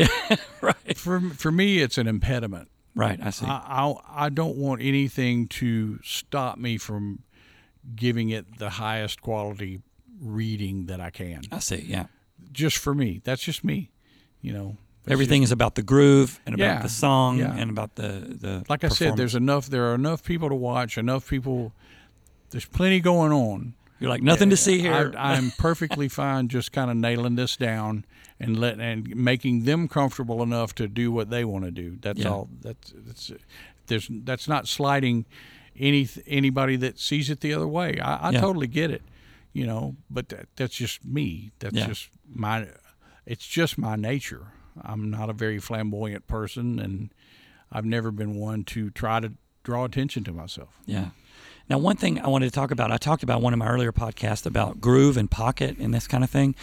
S1: right.
S2: For for me, it's an impediment.
S1: Right. I see.
S2: I, I I don't want anything to stop me from giving it the highest quality reading that I can.
S1: I see. Yeah.
S2: Just for me. That's just me. You know. That's
S1: Everything is about the groove and about
S2: Yeah,
S1: the song
S2: yeah.
S1: and about the the.
S2: like I said,
S1: performance.
S2: there's enough. There are enough people to watch. Enough people. There's plenty going on.
S1: you're like nothing to see here.
S2: I, I'm perfectly fine just kind of nailing this down and letting and making them comfortable enough to do what they want to do. That's
S1: Yeah.
S2: all. That's that's there's that's not sliding any anybody that sees it the other way. I, I
S1: Yeah.
S2: totally get it, you know. But that, that's just me. That's
S1: Yeah.
S2: just my. It's just my nature. I'm not a very flamboyant person, and I've never been one to try to draw attention to myself.
S1: Yeah. Now, one thing I wanted to talk about, I talked about one of my earlier podcasts about groove and pocket and this kind of thing,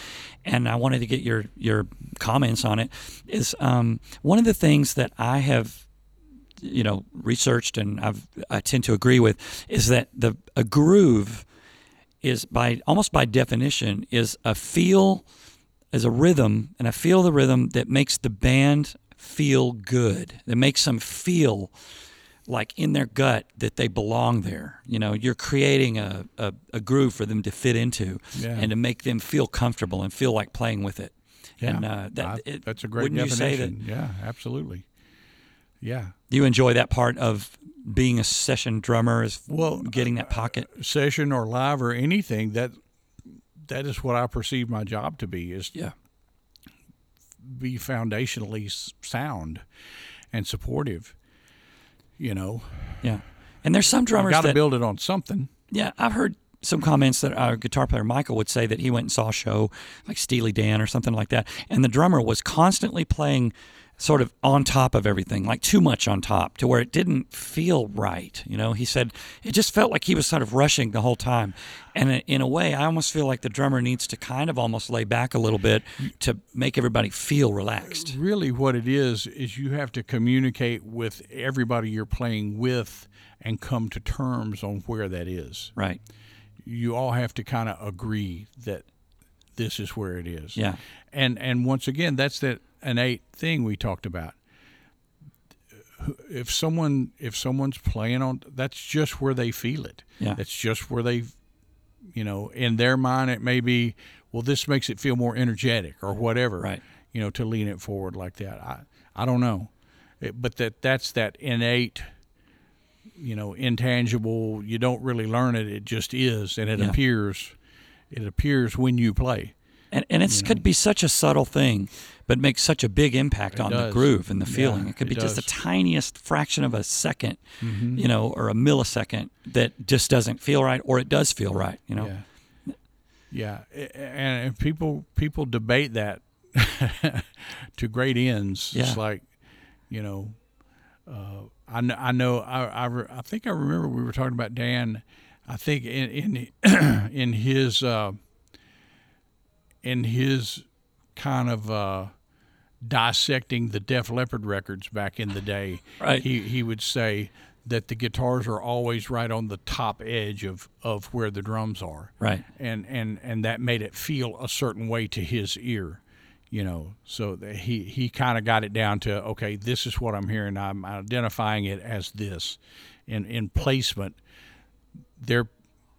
S1: and I wanted to get your your comments on it. Is um, one of the things that I have, you know, researched and I've I tend to agree with is that the a groove is by almost by definition is a feel is a rhythm and I feel the rhythm that makes the band feel good that makes them feel like in their gut that they belong there you know you're creating a, a, a groove for them to fit into
S2: Yeah.
S1: and to make them feel comfortable and feel like playing with it and uh, that,
S2: I-
S1: it-
S2: that's a great
S1: wouldn't
S2: definition.
S1: you say that
S2: yeah, absolutely. Yeah,
S1: you enjoy that part of being a session drummer is
S2: Well,
S1: getting that pocket
S2: session or live or anything that that is what I perceive my job to be is to
S1: yeah
S2: be foundationally s- sound and supportive. You know,
S1: yeah and there's some drummers
S2: got to
S1: that
S2: build it on something.
S1: Yeah, I've heard some comments that our guitar player Michael would say that he went and saw a show like Steely Dan or something like that, and the drummer was constantly playing sort of on top of everything, like too much on top, to where it didn't feel right. You know, he said it just felt like he was sort of rushing the whole time, and in- in a way, I almost feel like the drummer needs to kind of almost lay back a little bit to make everybody feel relaxed.
S2: Really, what it is is you have to communicate with everybody you're playing with and come to terms on where that is.
S1: Right.
S2: you all have to kind of agree that this is where it is.
S1: Yeah.
S2: And and once again, that's that innate thing we talked about. If someone if someone's playing on, that's just where they feel it.
S1: Yeah.
S2: That's just where they, you know, in their mind it may be, well, this makes it feel more energetic or whatever.
S1: Right.
S2: You know, to lean it forward like that. I I don't know, it, but that that's that innate you know intangible you don't really learn it it just is and it
S1: Yeah.
S2: appears it appears when you play
S1: And, and it could be such a subtle thing, but makes such a big impact on the
S2: does.
S1: groove and the feeling.
S2: Yeah,
S1: it could be
S2: it
S1: just the
S2: does. Mm-hmm.
S1: tiniest fraction of a 2nd you know, or a millisecond that just doesn't feel right, or it does feel right, you know.
S2: yeah yeah A- and, and people people debate that *laughs* to great ends
S1: Yeah.
S2: it's like you know uh, I know I know I, I, re- I think I remember we were talking about Dan I think in in *clears throat* in his uh, in his kind of uh, dissecting the Def Leppard records back in the day,
S1: Right.
S2: he he would say that the guitars are always right on the top edge of, of where the drums are.
S1: Right.
S2: And and and that made it feel a certain way to his ear, you know. So that he he kind of got it down to okay, this is what I'm hearing. I'm identifying it as this, in in placement. They're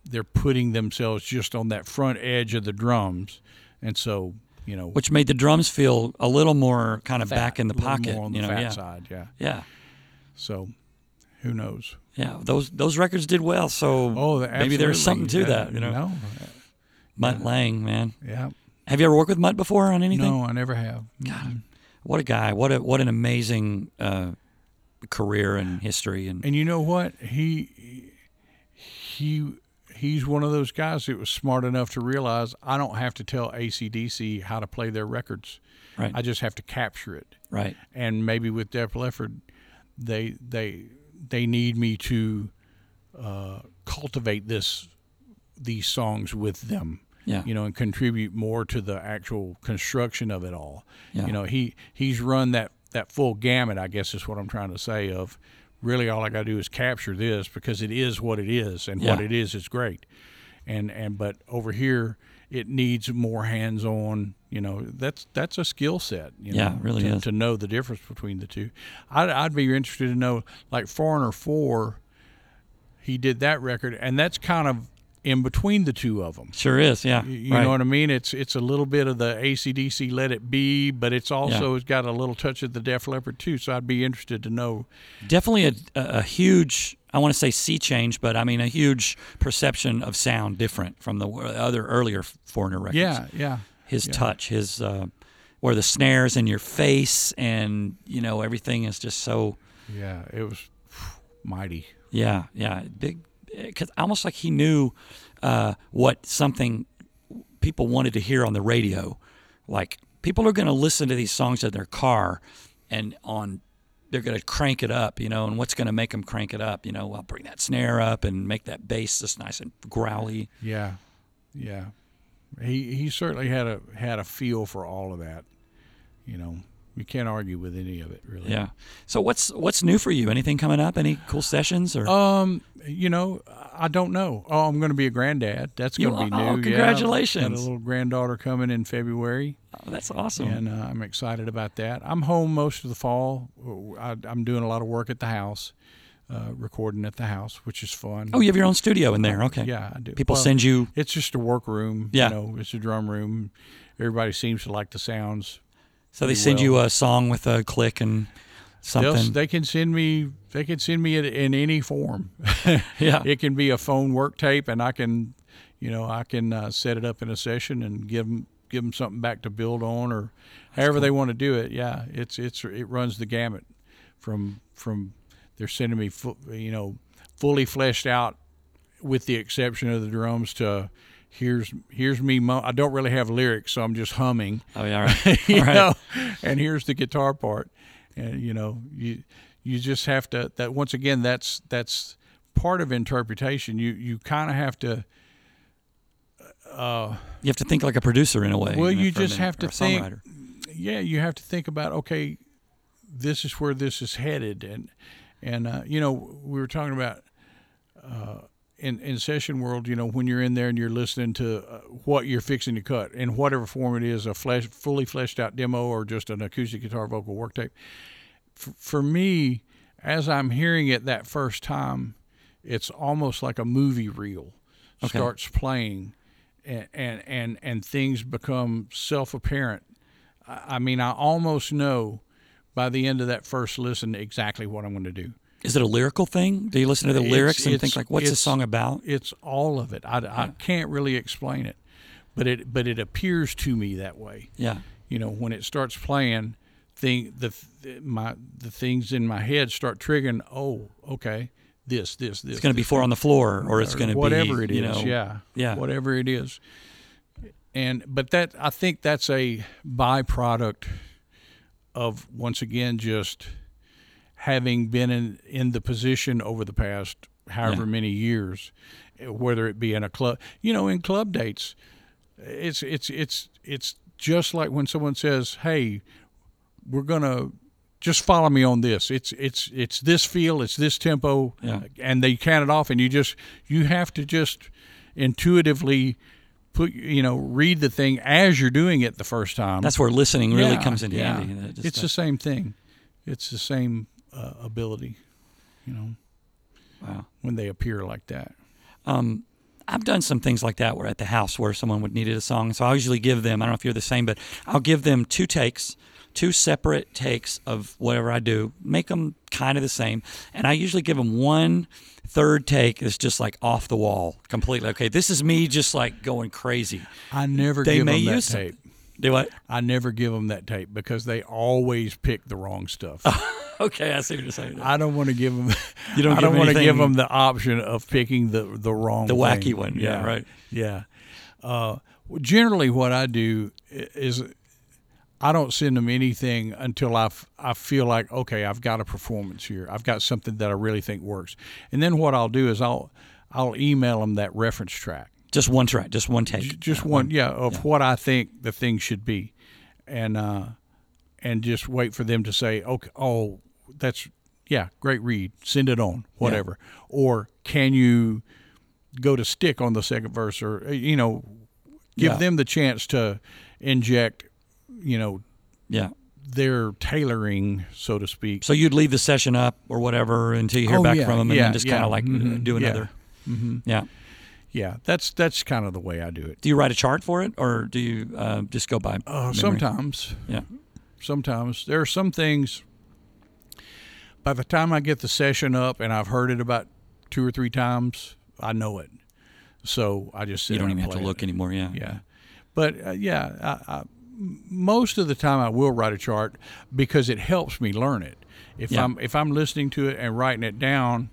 S2: they're putting themselves just on that front edge of the drums, and so you know
S1: Which made the drums feel a little more kind of
S2: fat,
S1: back in the
S2: a little
S1: pocket,
S2: more on
S1: you
S2: the
S1: know.
S2: fat
S1: yeah.
S2: side. Yeah.
S1: Yeah.
S2: So, who knows?
S1: Yeah, those those records did well, so
S2: Oh,
S1: maybe there's something to
S2: absolutely. Yeah,
S1: that, you know.
S2: No,
S1: Mutt Lang, man,
S2: yeah,
S1: have you ever worked with Mutt before on anything?
S2: no, I never have.
S1: God, what a guy! What a what an amazing uh, career and history, and
S2: And you know what? He he he's one of those guys that was smart enough to realize I don't have to tell ACDC how to play their records.
S1: Right.
S2: I just have to capture it.
S1: right,
S2: and maybe with Def Leppard, they they they need me to uh, cultivate this these songs with them.
S1: Yeah.
S2: You know, and contribute more to the actual construction of it all.
S1: Yeah.
S2: You know, he he's run that that full gamut. I guess is what I'm trying to say of really all I got to do is capture this because it is what it is, and what
S1: Yeah.
S2: it is is great. And and but over here, it needs more hands-on. You know, that's that's a skill set. You
S1: Yeah,
S2: know,
S1: it really
S2: to,
S1: is.
S2: to know the difference between the two. I'd, I'd be interested to know, like Foreigner Four, he did that record, and that's kind of in between the two of them.
S1: Sure is. Yeah.
S2: You
S1: right.
S2: know what I mean? It's it's a little bit of the ACDC Let It Be, but it's also it's got a little touch of the Def Leppard too. So I'd be interested to know.
S1: Definitely a, a, a huge, I want to say sea change, but I mean a huge perception of sound different from the other earlier Foreigner records.
S2: Yeah, yeah,
S1: His touch, his, uh, where the snare's in your face and, you know, everything is just so,
S2: yeah. It was *sighs* mighty.
S1: yeah, yeah. Big, because almost like he knew uh, what something people wanted to hear on the radio. Like people are going to listen to these songs in their car, and on they're going to crank it up, you know. And what's going to make them crank it up, you know? Well, bring that snare up and make that bass just nice and growly.
S2: Yeah, yeah. He he certainly had a had a feel for all of that. You know, you can't argue with any of it really.
S1: Yeah. So what's what's new for you? Anything coming up? Any cool sessions or?
S2: Um, you know, I don't know. Oh, I'm going to be a granddad. That's
S1: You
S2: going to be new.
S1: are? Oh,
S2: yeah. Got
S1: Congratulations.
S2: a little granddaughter coming in February.
S1: Oh, that's awesome.
S2: and uh, I'm excited about that. I'm home most of the fall. I, I'm doing a lot of work at the house, uh, recording at the house, which is fun.
S1: Oh, you have your own studio in there. Okay.
S2: yeah, I do.
S1: People
S2: Well,
S1: send you.
S2: It's just a work room.
S1: Yeah.
S2: you know, it's a drum room. Everybody seems to like the sounds.
S1: So they send
S2: well.
S1: you a song with a click and
S2: They'll,
S1: something.
S2: they can send me. They can send me it in any form. *laughs*
S1: yeah.
S2: it can be a phone work tape, and I can, you know, I can uh, set it up in a session and give them give them something back to build on, or however they want to do it. Yeah, it's it's it runs the gamut from from they're sending me, fu- you know, fully fleshed out, with the exception of the drums to. Here's here's me. Mo- I don't really have lyrics, so I'm just humming
S1: Oh yeah. All right.
S2: *laughs* you
S1: All right.
S2: know, and here's the guitar part, and you know, you you just have to that once again. That's that's part of interpretation. You you kind of have to.
S1: *laughs* You have to think like a producer in a way.
S2: Well,
S1: know,
S2: you
S1: for a
S2: just
S1: minute,
S2: have to
S1: or a
S2: think-
S1: songwriter.
S2: Yeah, you have to think about okay, this is where this is headed, and and uh, you know, we were talking about. Uh, in, in session world, you know, when you're in there and you're listening to uh, what you're fixing to cut in whatever form it is, a flesh, fully fleshed out demo or just an acoustic guitar vocal work tape, for me, as I'm hearing it that first time, it's almost like a movie reel
S1: Okay.
S2: starts playing, and and and, and things become self apparent. I I mean, I almost know by the end of that first listen exactly what I'm going to do.
S1: Is it a lyrical thing? Do you listen to the
S2: It's-
S1: lyrics and
S2: it's-
S1: think like, "What's this
S2: it's-
S1: song about?"
S2: It's all of it. I, I can't really explain it, but it but it appears to me that way
S1: Yeah.
S2: you know when it starts playing thing the th- my the things in my head start triggering oh okay this this this
S1: It's going to be four on the floor, or it's going to be
S2: whatever it is
S1: you know,
S2: yeah
S1: yeah.
S2: whatever it is and but that i think that's a byproduct of once again just having been in in the position over the past however many years whether it be in a club you know in club dates it's it's it's it's just like when someone says, "Hey, we're gonna just follow me on this." It's it's it's this feel, it's this tempo,
S1: Yeah.
S2: and they count it off, and you just you have to just intuitively put you know read the thing as you're doing it the first time.
S1: That's where listening really
S2: Yeah,
S1: comes into
S2: yeah.
S1: handy. That just-
S2: It's the same thing. It's the same uh, ability, you know,
S1: wow.
S2: when they appear like that.
S1: um, I've done some things like that where at the house where someone would needed a song. So I usually give them, I don't know if you're the same, but I'll give them two takes, two separate takes of whatever I do, make them kind of the same. And I usually give them one third take that's just like off the wall completely. Okay, this is me just like going crazy.
S2: I never
S1: They
S2: give
S1: may
S2: them that
S1: use
S2: tape.
S1: tape. Do what?
S2: I never give them that tape because they always pick the wrong stuff.
S1: Okay, I see what you're saying.
S2: I don't want to give them.
S1: You don't
S2: *laughs* I don't
S1: give 'em
S2: want to give
S1: anything-
S2: them the option of picking the the wrong,
S1: The wacky
S2: thing.
S1: one. Yeah, right.
S2: Yeah. Uh, well, generally, what I do i- is I don't send them anything until I f- I feel like okay, I've got a performance here. I've got something that I really think works. And then what I'll do is I'll I'll email them that reference track
S1: Just one track, just one take.
S2: j- just one, yeah, of what I think the thing should be, and uh, and just wait for them to say, okay, oh, that's yeah, great read. Send it on, whatever. Or can you go to stick on the second verse, or uh, you know, give
S1: Yeah.
S2: them the chance to inject, you know,
S1: Yeah.
S2: their tailoring, so to speak.
S1: So you'd leave the session up or whatever until you hear
S2: Oh,
S1: back
S2: yeah,
S1: from them, and
S2: yeah,
S1: then just
S2: yeah,
S1: kind of like uh,
S2: mhm,
S1: do
S2: yeah. Mm-hmm.
S1: another. Yeah.
S2: yeah, that's that's kind of the way I do it.
S1: Do you write a chart for it, or do you uh, just go by?
S2: Uh,
S1: memory?
S2: sometimes,
S1: Yeah.
S2: sometimes there are some things. By the time I get the session up and I've heard it about two or three times, I know it. So I just sit
S1: You don't
S2: and
S1: even have to
S2: play it.
S1: look anymore. Yeah.
S2: Yeah, but uh, yeah, I, I, most of the time I will write a chart because it helps me learn it. If
S1: Yeah.
S2: I'm if I'm listening to it and writing it down,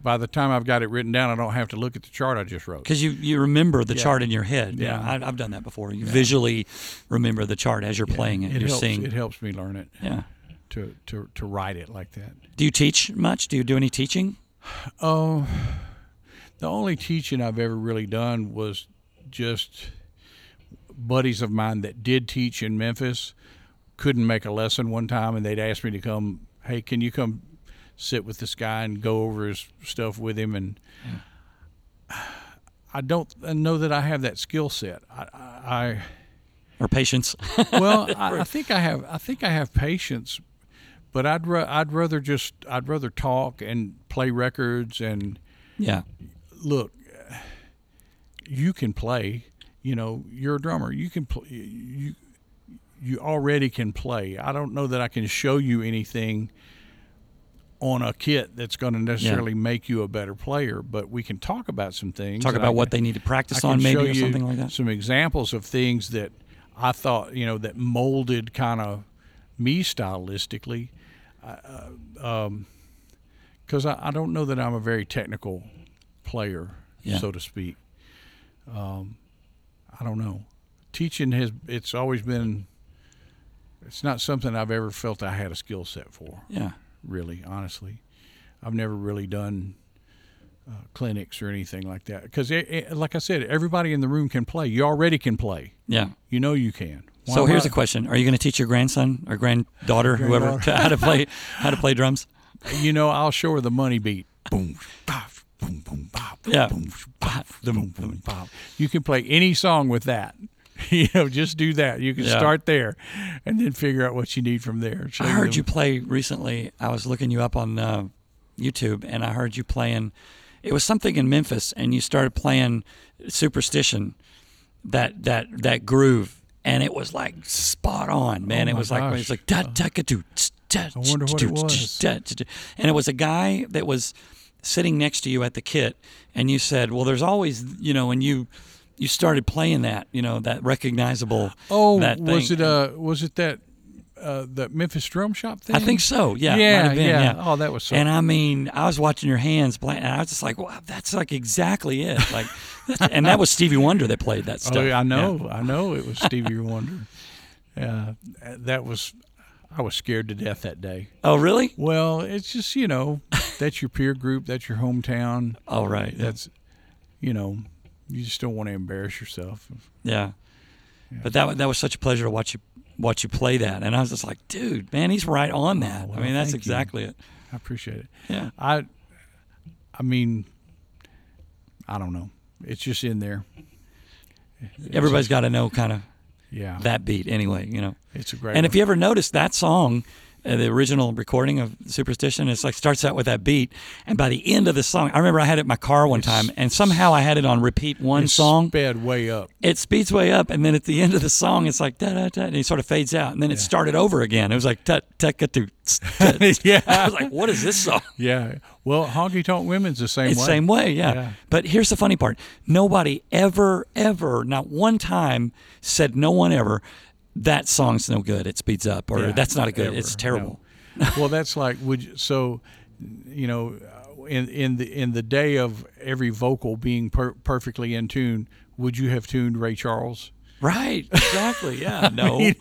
S2: by the time I've got it written down, I don't have to look at the chart I just wrote.
S1: Because you, you remember the chart in your head.
S2: Yeah.
S1: I, I've done that before. You visually remember the chart as you're playing it.
S2: It
S1: you're
S2: helps,
S1: seeing.
S2: it helps me learn it
S1: yeah.
S2: to, to to write it like that.
S1: Do you teach much? Do you do any teaching?
S2: Oh, the only teaching I've ever really done was just buddies of mine that did teach in Memphis couldn't make a lesson one time, and they'd ask me to come. Hey, can you come sit with this guy and go over his stuff with him? And *sighs* I don't I know that I have that skill set. I, I,
S1: Or patience? *laughs*
S2: I well, I, I think I have. I think I have patience, but I'd ra- I'd rather just I'd rather talk and play records and
S1: yeah.
S2: look, you can play. You know, you're a drummer. You can play. You you already can play. I don't know that I can show you anything on a kit that's going to necessarily make you a better player, but we can talk about some things.
S1: Talk
S2: and
S1: about
S2: I
S1: what
S2: can-
S1: they need to practice
S2: I
S1: on,
S2: can show
S1: maybe, or
S2: you
S1: something like that.
S2: Some examples of things that I thought you know that molded kind of me stylistically. Because I, I don't know that I'm a very technical player,
S1: Yeah.
S2: so to speak. Um, I don't know. Teaching has it's always been. It's not something I've ever felt I had a skill set for.
S1: Yeah.
S2: Really, honestly, I've never really done uh, clinics or anything like that. Because, like I said, everybody in the room can play. You already can play.
S1: Yeah.
S2: You know you can. Why
S1: So here's
S2: not?
S1: a question: Are you going to teach your grandson or granddaughter, whoever, *laughs*
S2: Granddaughter.
S1: how to play how to play drums?
S2: you know, I'll show her the money beat. Boom, bop, boom, boom, bop,
S1: Yeah.
S2: boom, bop, boom, boom, bop. You can play any song with that. *laughs* You know, just do that. You can
S1: Yeah.
S2: start there, and then figure out what you need from there. Show
S1: I
S2: you
S1: heard
S2: the-
S1: you play recently. I was looking you up on uh, YouTube, and I heard you playing. It was something in Memphis, and you started playing "Superstition," that that that groove, and it was like spot on, man.
S2: Oh,
S1: it
S2: my
S1: was like it
S2: gosh.
S1: was like da da ka doo, tss, da
S2: I wonder what it
S1: tss, tss,
S2: was.
S1: da, tss, da. and it was a guy that was sitting next to you at the kit, and you said, "Well, there's always you know," and you. You started playing that, you know, that recognizable.
S2: Oh,
S1: that
S2: was
S1: thing.
S2: it? Uh, was it that? Uh, the Memphis Drum Shop thing.
S1: I think so. Yeah. it might
S2: Yeah,
S1: have been,
S2: yeah. Oh, that was so.
S1: And I mean, I was watching your hands playing, and I was just like, "Wow, that's like exactly it!" Like, that's- and that was Stevie Wonder that played that stuff.
S2: *laughs* oh, yeah, I know. I know it was Stevie *laughs* Wonder. Yeah, Uh, that was. I was scared to death that day.
S1: Oh, really?
S2: Well, it's just you *laughs* know, that's your peer group. That's your hometown.
S1: Oh, right. Yeah.
S2: that's you know you just don't want to embarrass yourself
S1: yeah. But that wa- that was such a pleasure to watch you watch you play that, and I was just like, "Dude, man, he's right on that."
S2: Oh, well,
S1: I mean, that's
S2: thank you.
S1: exactly it.
S2: i appreciate it
S1: Yeah.
S2: i i mean i don't know it's just in there
S1: Everybody's got to know kind of
S2: yeah
S1: that beat anyway, you know.
S2: it's a great
S1: And
S2: one.
S1: if you ever notice that song, uh, the original recording of Superstition, it's like starts out with that beat, and by the end of the song, I remember I had it in my car one time, and somehow I had it on repeat one
S2: It's
S1: song.
S2: sped way up
S1: It speeds way up, and then at the end of the song, it's like da da da, and it sort of fades out, and then it started over again. It was like tut tut tut tut. tut.
S2: *laughs* Yeah.
S1: I was like, what is this
S2: *laughs*
S1: song?
S2: yeah well honky tonk women's the same
S1: It's
S2: way
S1: same way, yeah.
S2: Yeah.
S1: But here's the funny part: nobody ever, ever, not one time said no one ever that song's no good. It speeds up, or
S2: Yeah,
S1: that's not a good.
S2: ever,
S1: It's
S2: no.
S1: terrible.
S2: well that's like would you, so you know in in the in the day of every vocal being per- perfectly in tune would you have tuned ray charles
S1: Right. Exactly.
S2: *laughs*
S1: Yeah. No.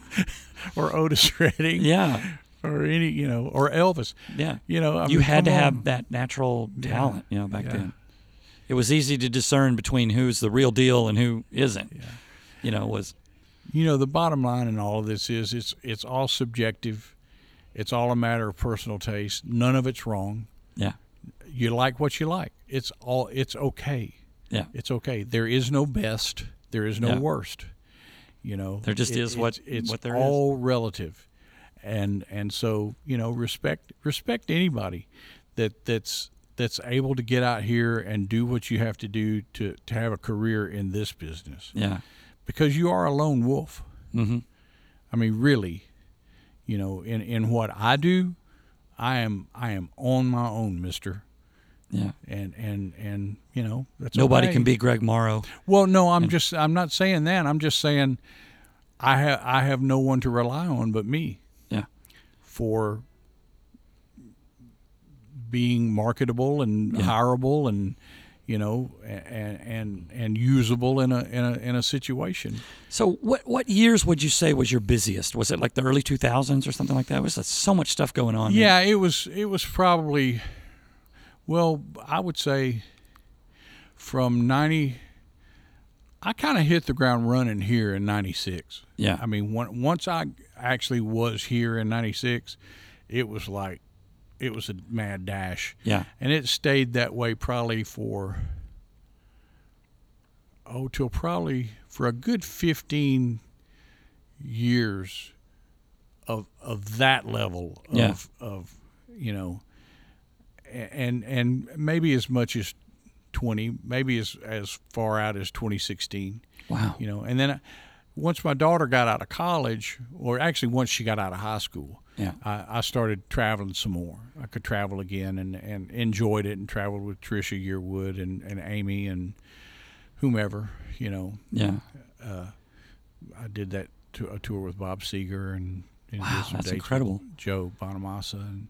S2: or otis redding
S1: Oh. yeah.
S2: or any you know or elvis
S1: Yeah.
S2: you know I
S1: you
S2: mean,
S1: had to
S2: come on.
S1: have that natural talent, you know, back
S2: Yeah.
S1: then. It was easy to discern between who's the real deal and who isn't. You know, was
S2: you know the bottom line in all of this is it's it's all subjective It's all a matter of personal taste. None of it's wrong.
S1: Yeah.
S2: You like what you like. It's all. It's okay.
S1: Yeah.
S2: It's okay. There is no best. There is no
S1: Yeah.
S2: worst. You know.
S1: There just is what-
S2: it's, it's
S1: what there is.
S2: all relative, and and so you know respect respect anybody that that's that's able to get out here and do what you have to do to to have a career in this business
S1: Yeah.
S2: because you are a lone wolf.
S1: Mhm.
S2: I mean, really, you know, in in what I do, I am I am on my own, Mister,
S1: Yeah.
S2: and and and you know, that's
S1: Nobody
S2: okay.
S1: can be Greg Morrow.
S2: Well, no, I'm just I'm not saying that. I'm just saying I have I have no one to rely on but me
S1: Yeah.
S2: for being marketable and hireable and you know a- and and and usable in a in a in a situation.
S1: So what what years would you say was your busiest? Was it like the early 2000s or something like that? Was there so much stuff going on?
S2: Yeah, it was it was probably well, I would say from 90 I kind of hit the ground running here in 96.
S1: Yeah.
S2: I mean, one, once I actually was here in 96, it was like it was a mad dash.
S1: Yeah.
S2: And it stayed that way probably for oh till probably for a good 15 years of of that level of
S1: Yeah.
S2: of you know a- and and maybe as much as 20 maybe as as far out as 2016
S1: Wow.
S2: you know and then I, once my daughter got out of college or actually once she got out of high school
S1: Yeah.
S2: I, I started traveling some more i could travel again and, and enjoyed it and traveled with trisha yearwood and, and amy and whomever you know
S1: Yeah.
S2: i did that to a tour with bob seger and, and
S1: Wow,
S2: did some
S1: that's
S2: dates with
S1: incredible.
S2: joe bonamassa and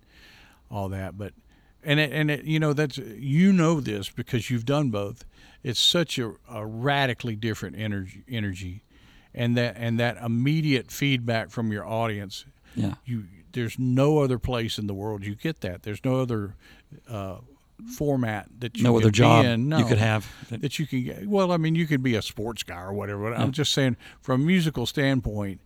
S2: all that but and it, and it, you know that's you know this because you've done both it's such a, a radically different energy energy and that and that immediate feedback from your audience
S1: Yeah.
S2: you there's no other place in the world you get that there's no other uh, format that you
S1: No
S2: can
S1: other
S2: be
S1: job
S2: in. No
S1: you could have. that-
S2: that you can get. Well, I mean, you could be a sports guy or whatever. But I'm just saying, from a musical standpoint,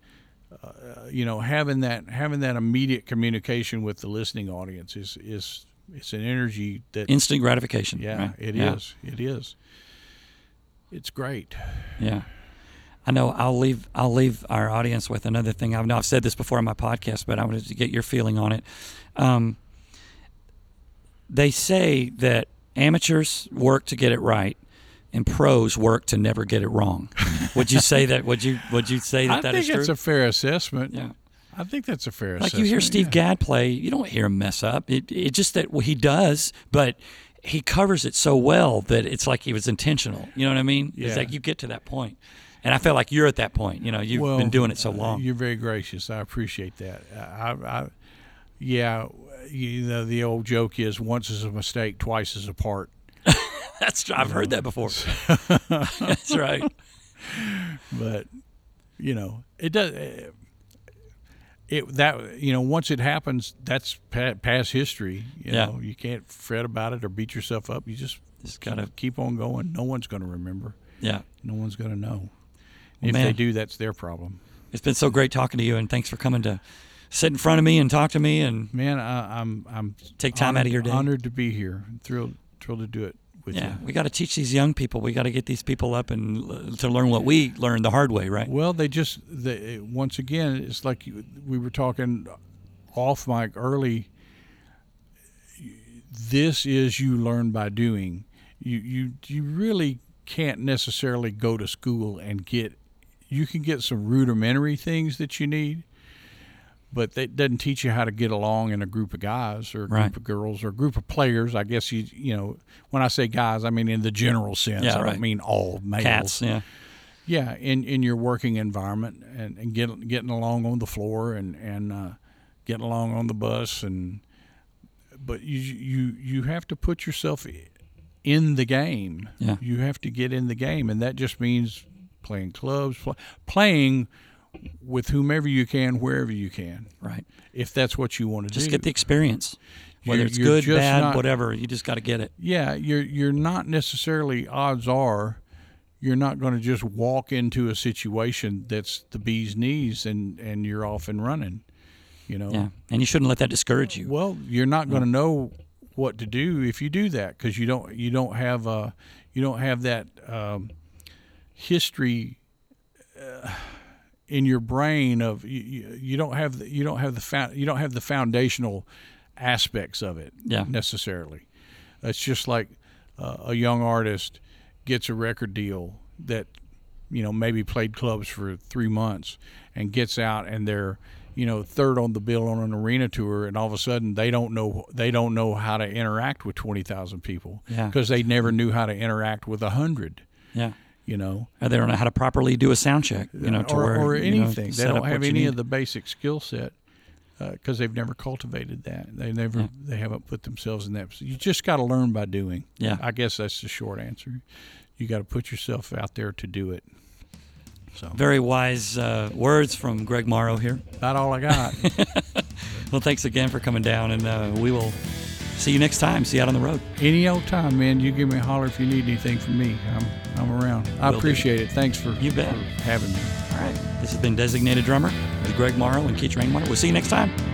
S2: uh, you know, having that having that immediate communication with the listening audience is is it's an energy that
S1: Instant gratification.
S2: yeah,
S1: right?
S2: it is.
S1: yeah.
S2: it is. It's great.
S1: Yeah. I know I'll leave I'll leave our audience with another thing. I know I've said this before on my podcast, but I wanted to get your feeling on it. Um, they say that amateurs work to get it right and pros work to never get it wrong. would you say that would you would you say
S2: *laughs* I
S1: that that
S2: think
S1: is
S2: it's
S1: true?
S2: a fair assessment.
S1: yeah.
S2: I think that's a fair
S1: Like
S2: assessment.
S1: you hear Steve
S2: yeah.
S1: Gadd play, you don't hear him mess up. It, it's just that he does, but he covers it so well that it's like he was intentional. You know what I mean?
S2: Yeah.
S1: It's like you get to that point. And I feel like you're at that point. You know, you've
S2: Well,
S1: been doing it so
S2: uh,
S1: long.
S2: You're very gracious. I appreciate that. Uh, I, I yeah, you know, the old joke is once is a mistake, twice is a part.
S1: *laughs* That's I've heard that
S2: *laughs*
S1: before. That's right.
S2: But you know, it does. uh, It that you know, once it happens, that's pa- past history. You
S1: Yeah.
S2: know, you can't fret about it or beat yourself up. You just
S1: Just gotta-
S2: keep on going. No one's going to remember.
S1: Yeah.
S2: No one's going to know. If they
S1: man.
S2: do, that's their problem.
S1: It's been so great talking to you and thanks for coming to sit in front of me and talk to me and
S2: Man, I, I'm I'm
S1: Take time out of your day.
S2: Honored to be here. Thrilled thrilled to do it with
S1: yeah,
S2: you.
S1: we got to teach these young people. We got to get these people up and l- to learn what we learned the hard way, right?
S2: Well, they just they, once again, it's like you, we were talking off mic early. This is you learn by doing. You you you really can't necessarily go to school and get. You can get some rudimentary things that you need, but that doesn't teach you how to get along in a group of guys or a group
S1: Right.
S2: of girls or a group of players. I guess you you know when I say guys, I mean in the general sense.
S1: Yeah,
S2: I
S1: right.
S2: don't mean all males.
S1: Cats, yeah.
S2: Yeah, in, in your working environment and, and get, getting along on the floor and, and uh, getting along on the bus and but you you you have to put yourself i- in the game.
S1: Yeah.
S2: You have to get in the game and that just means playing clubs, pl- playing with whomever you can, wherever you can,
S1: Right.
S2: if that's what you want to
S1: Just
S2: do.
S1: get the experience, whether
S2: You're-
S1: it's
S2: you're
S1: good,
S2: just
S1: bad,
S2: not-
S1: whatever. You just got to get it.
S2: yeah, you're you're not necessarily odds are you're not going to just walk into a situation that's the bee's knees and and you're off and running. You know.
S1: Yeah, and you shouldn't let that discourage you.
S2: Well, you're not going to know what to do if you do that because you don't you don't have uh you don't have that um, history uh, in your brain of you, you, you don't have the, you don't have the found, you don't have the foundational aspects of it
S1: Yeah.
S2: necessarily. It's just like uh, a young artist gets a record deal that you know maybe played clubs for three months and gets out and they're you know third on the bill on an arena tour and all of a sudden they don't know they don't know how to interact with twenty thousand people
S1: Yeah.
S2: because they never knew how to interact with a hundred.
S1: Yeah,
S2: You know,
S1: or they don't know how to properly do a sound check. You know, to
S2: or,
S1: where,
S2: or
S1: you know,
S2: anything.
S1: set
S2: they
S1: up
S2: don't have
S1: what you
S2: any of
S1: need.
S2: the basic skill set because they've never cultivated that. They never, they haven't put themselves in that. posi- You just got to learn by doing.
S1: Yeah.
S2: I guess that's the short answer. You got to put yourself out there to do it.
S1: Very wise uh, words from Greg Morrow here.
S2: Not all
S1: *laughs*
S2: I got.
S1: Well, thanks again for coming down, and uh, we will see you next time. See you out on the road.
S2: Any old time, man. You give me a holler if you need anything from me. I'm, I'm around. I
S1: Will do.
S2: appreciate it. Thanks for
S1: You bet.
S2: for having me.
S1: All right. This has been Designated Drummer with Greg Morrow and Keith Rainwater. We'll see you next time.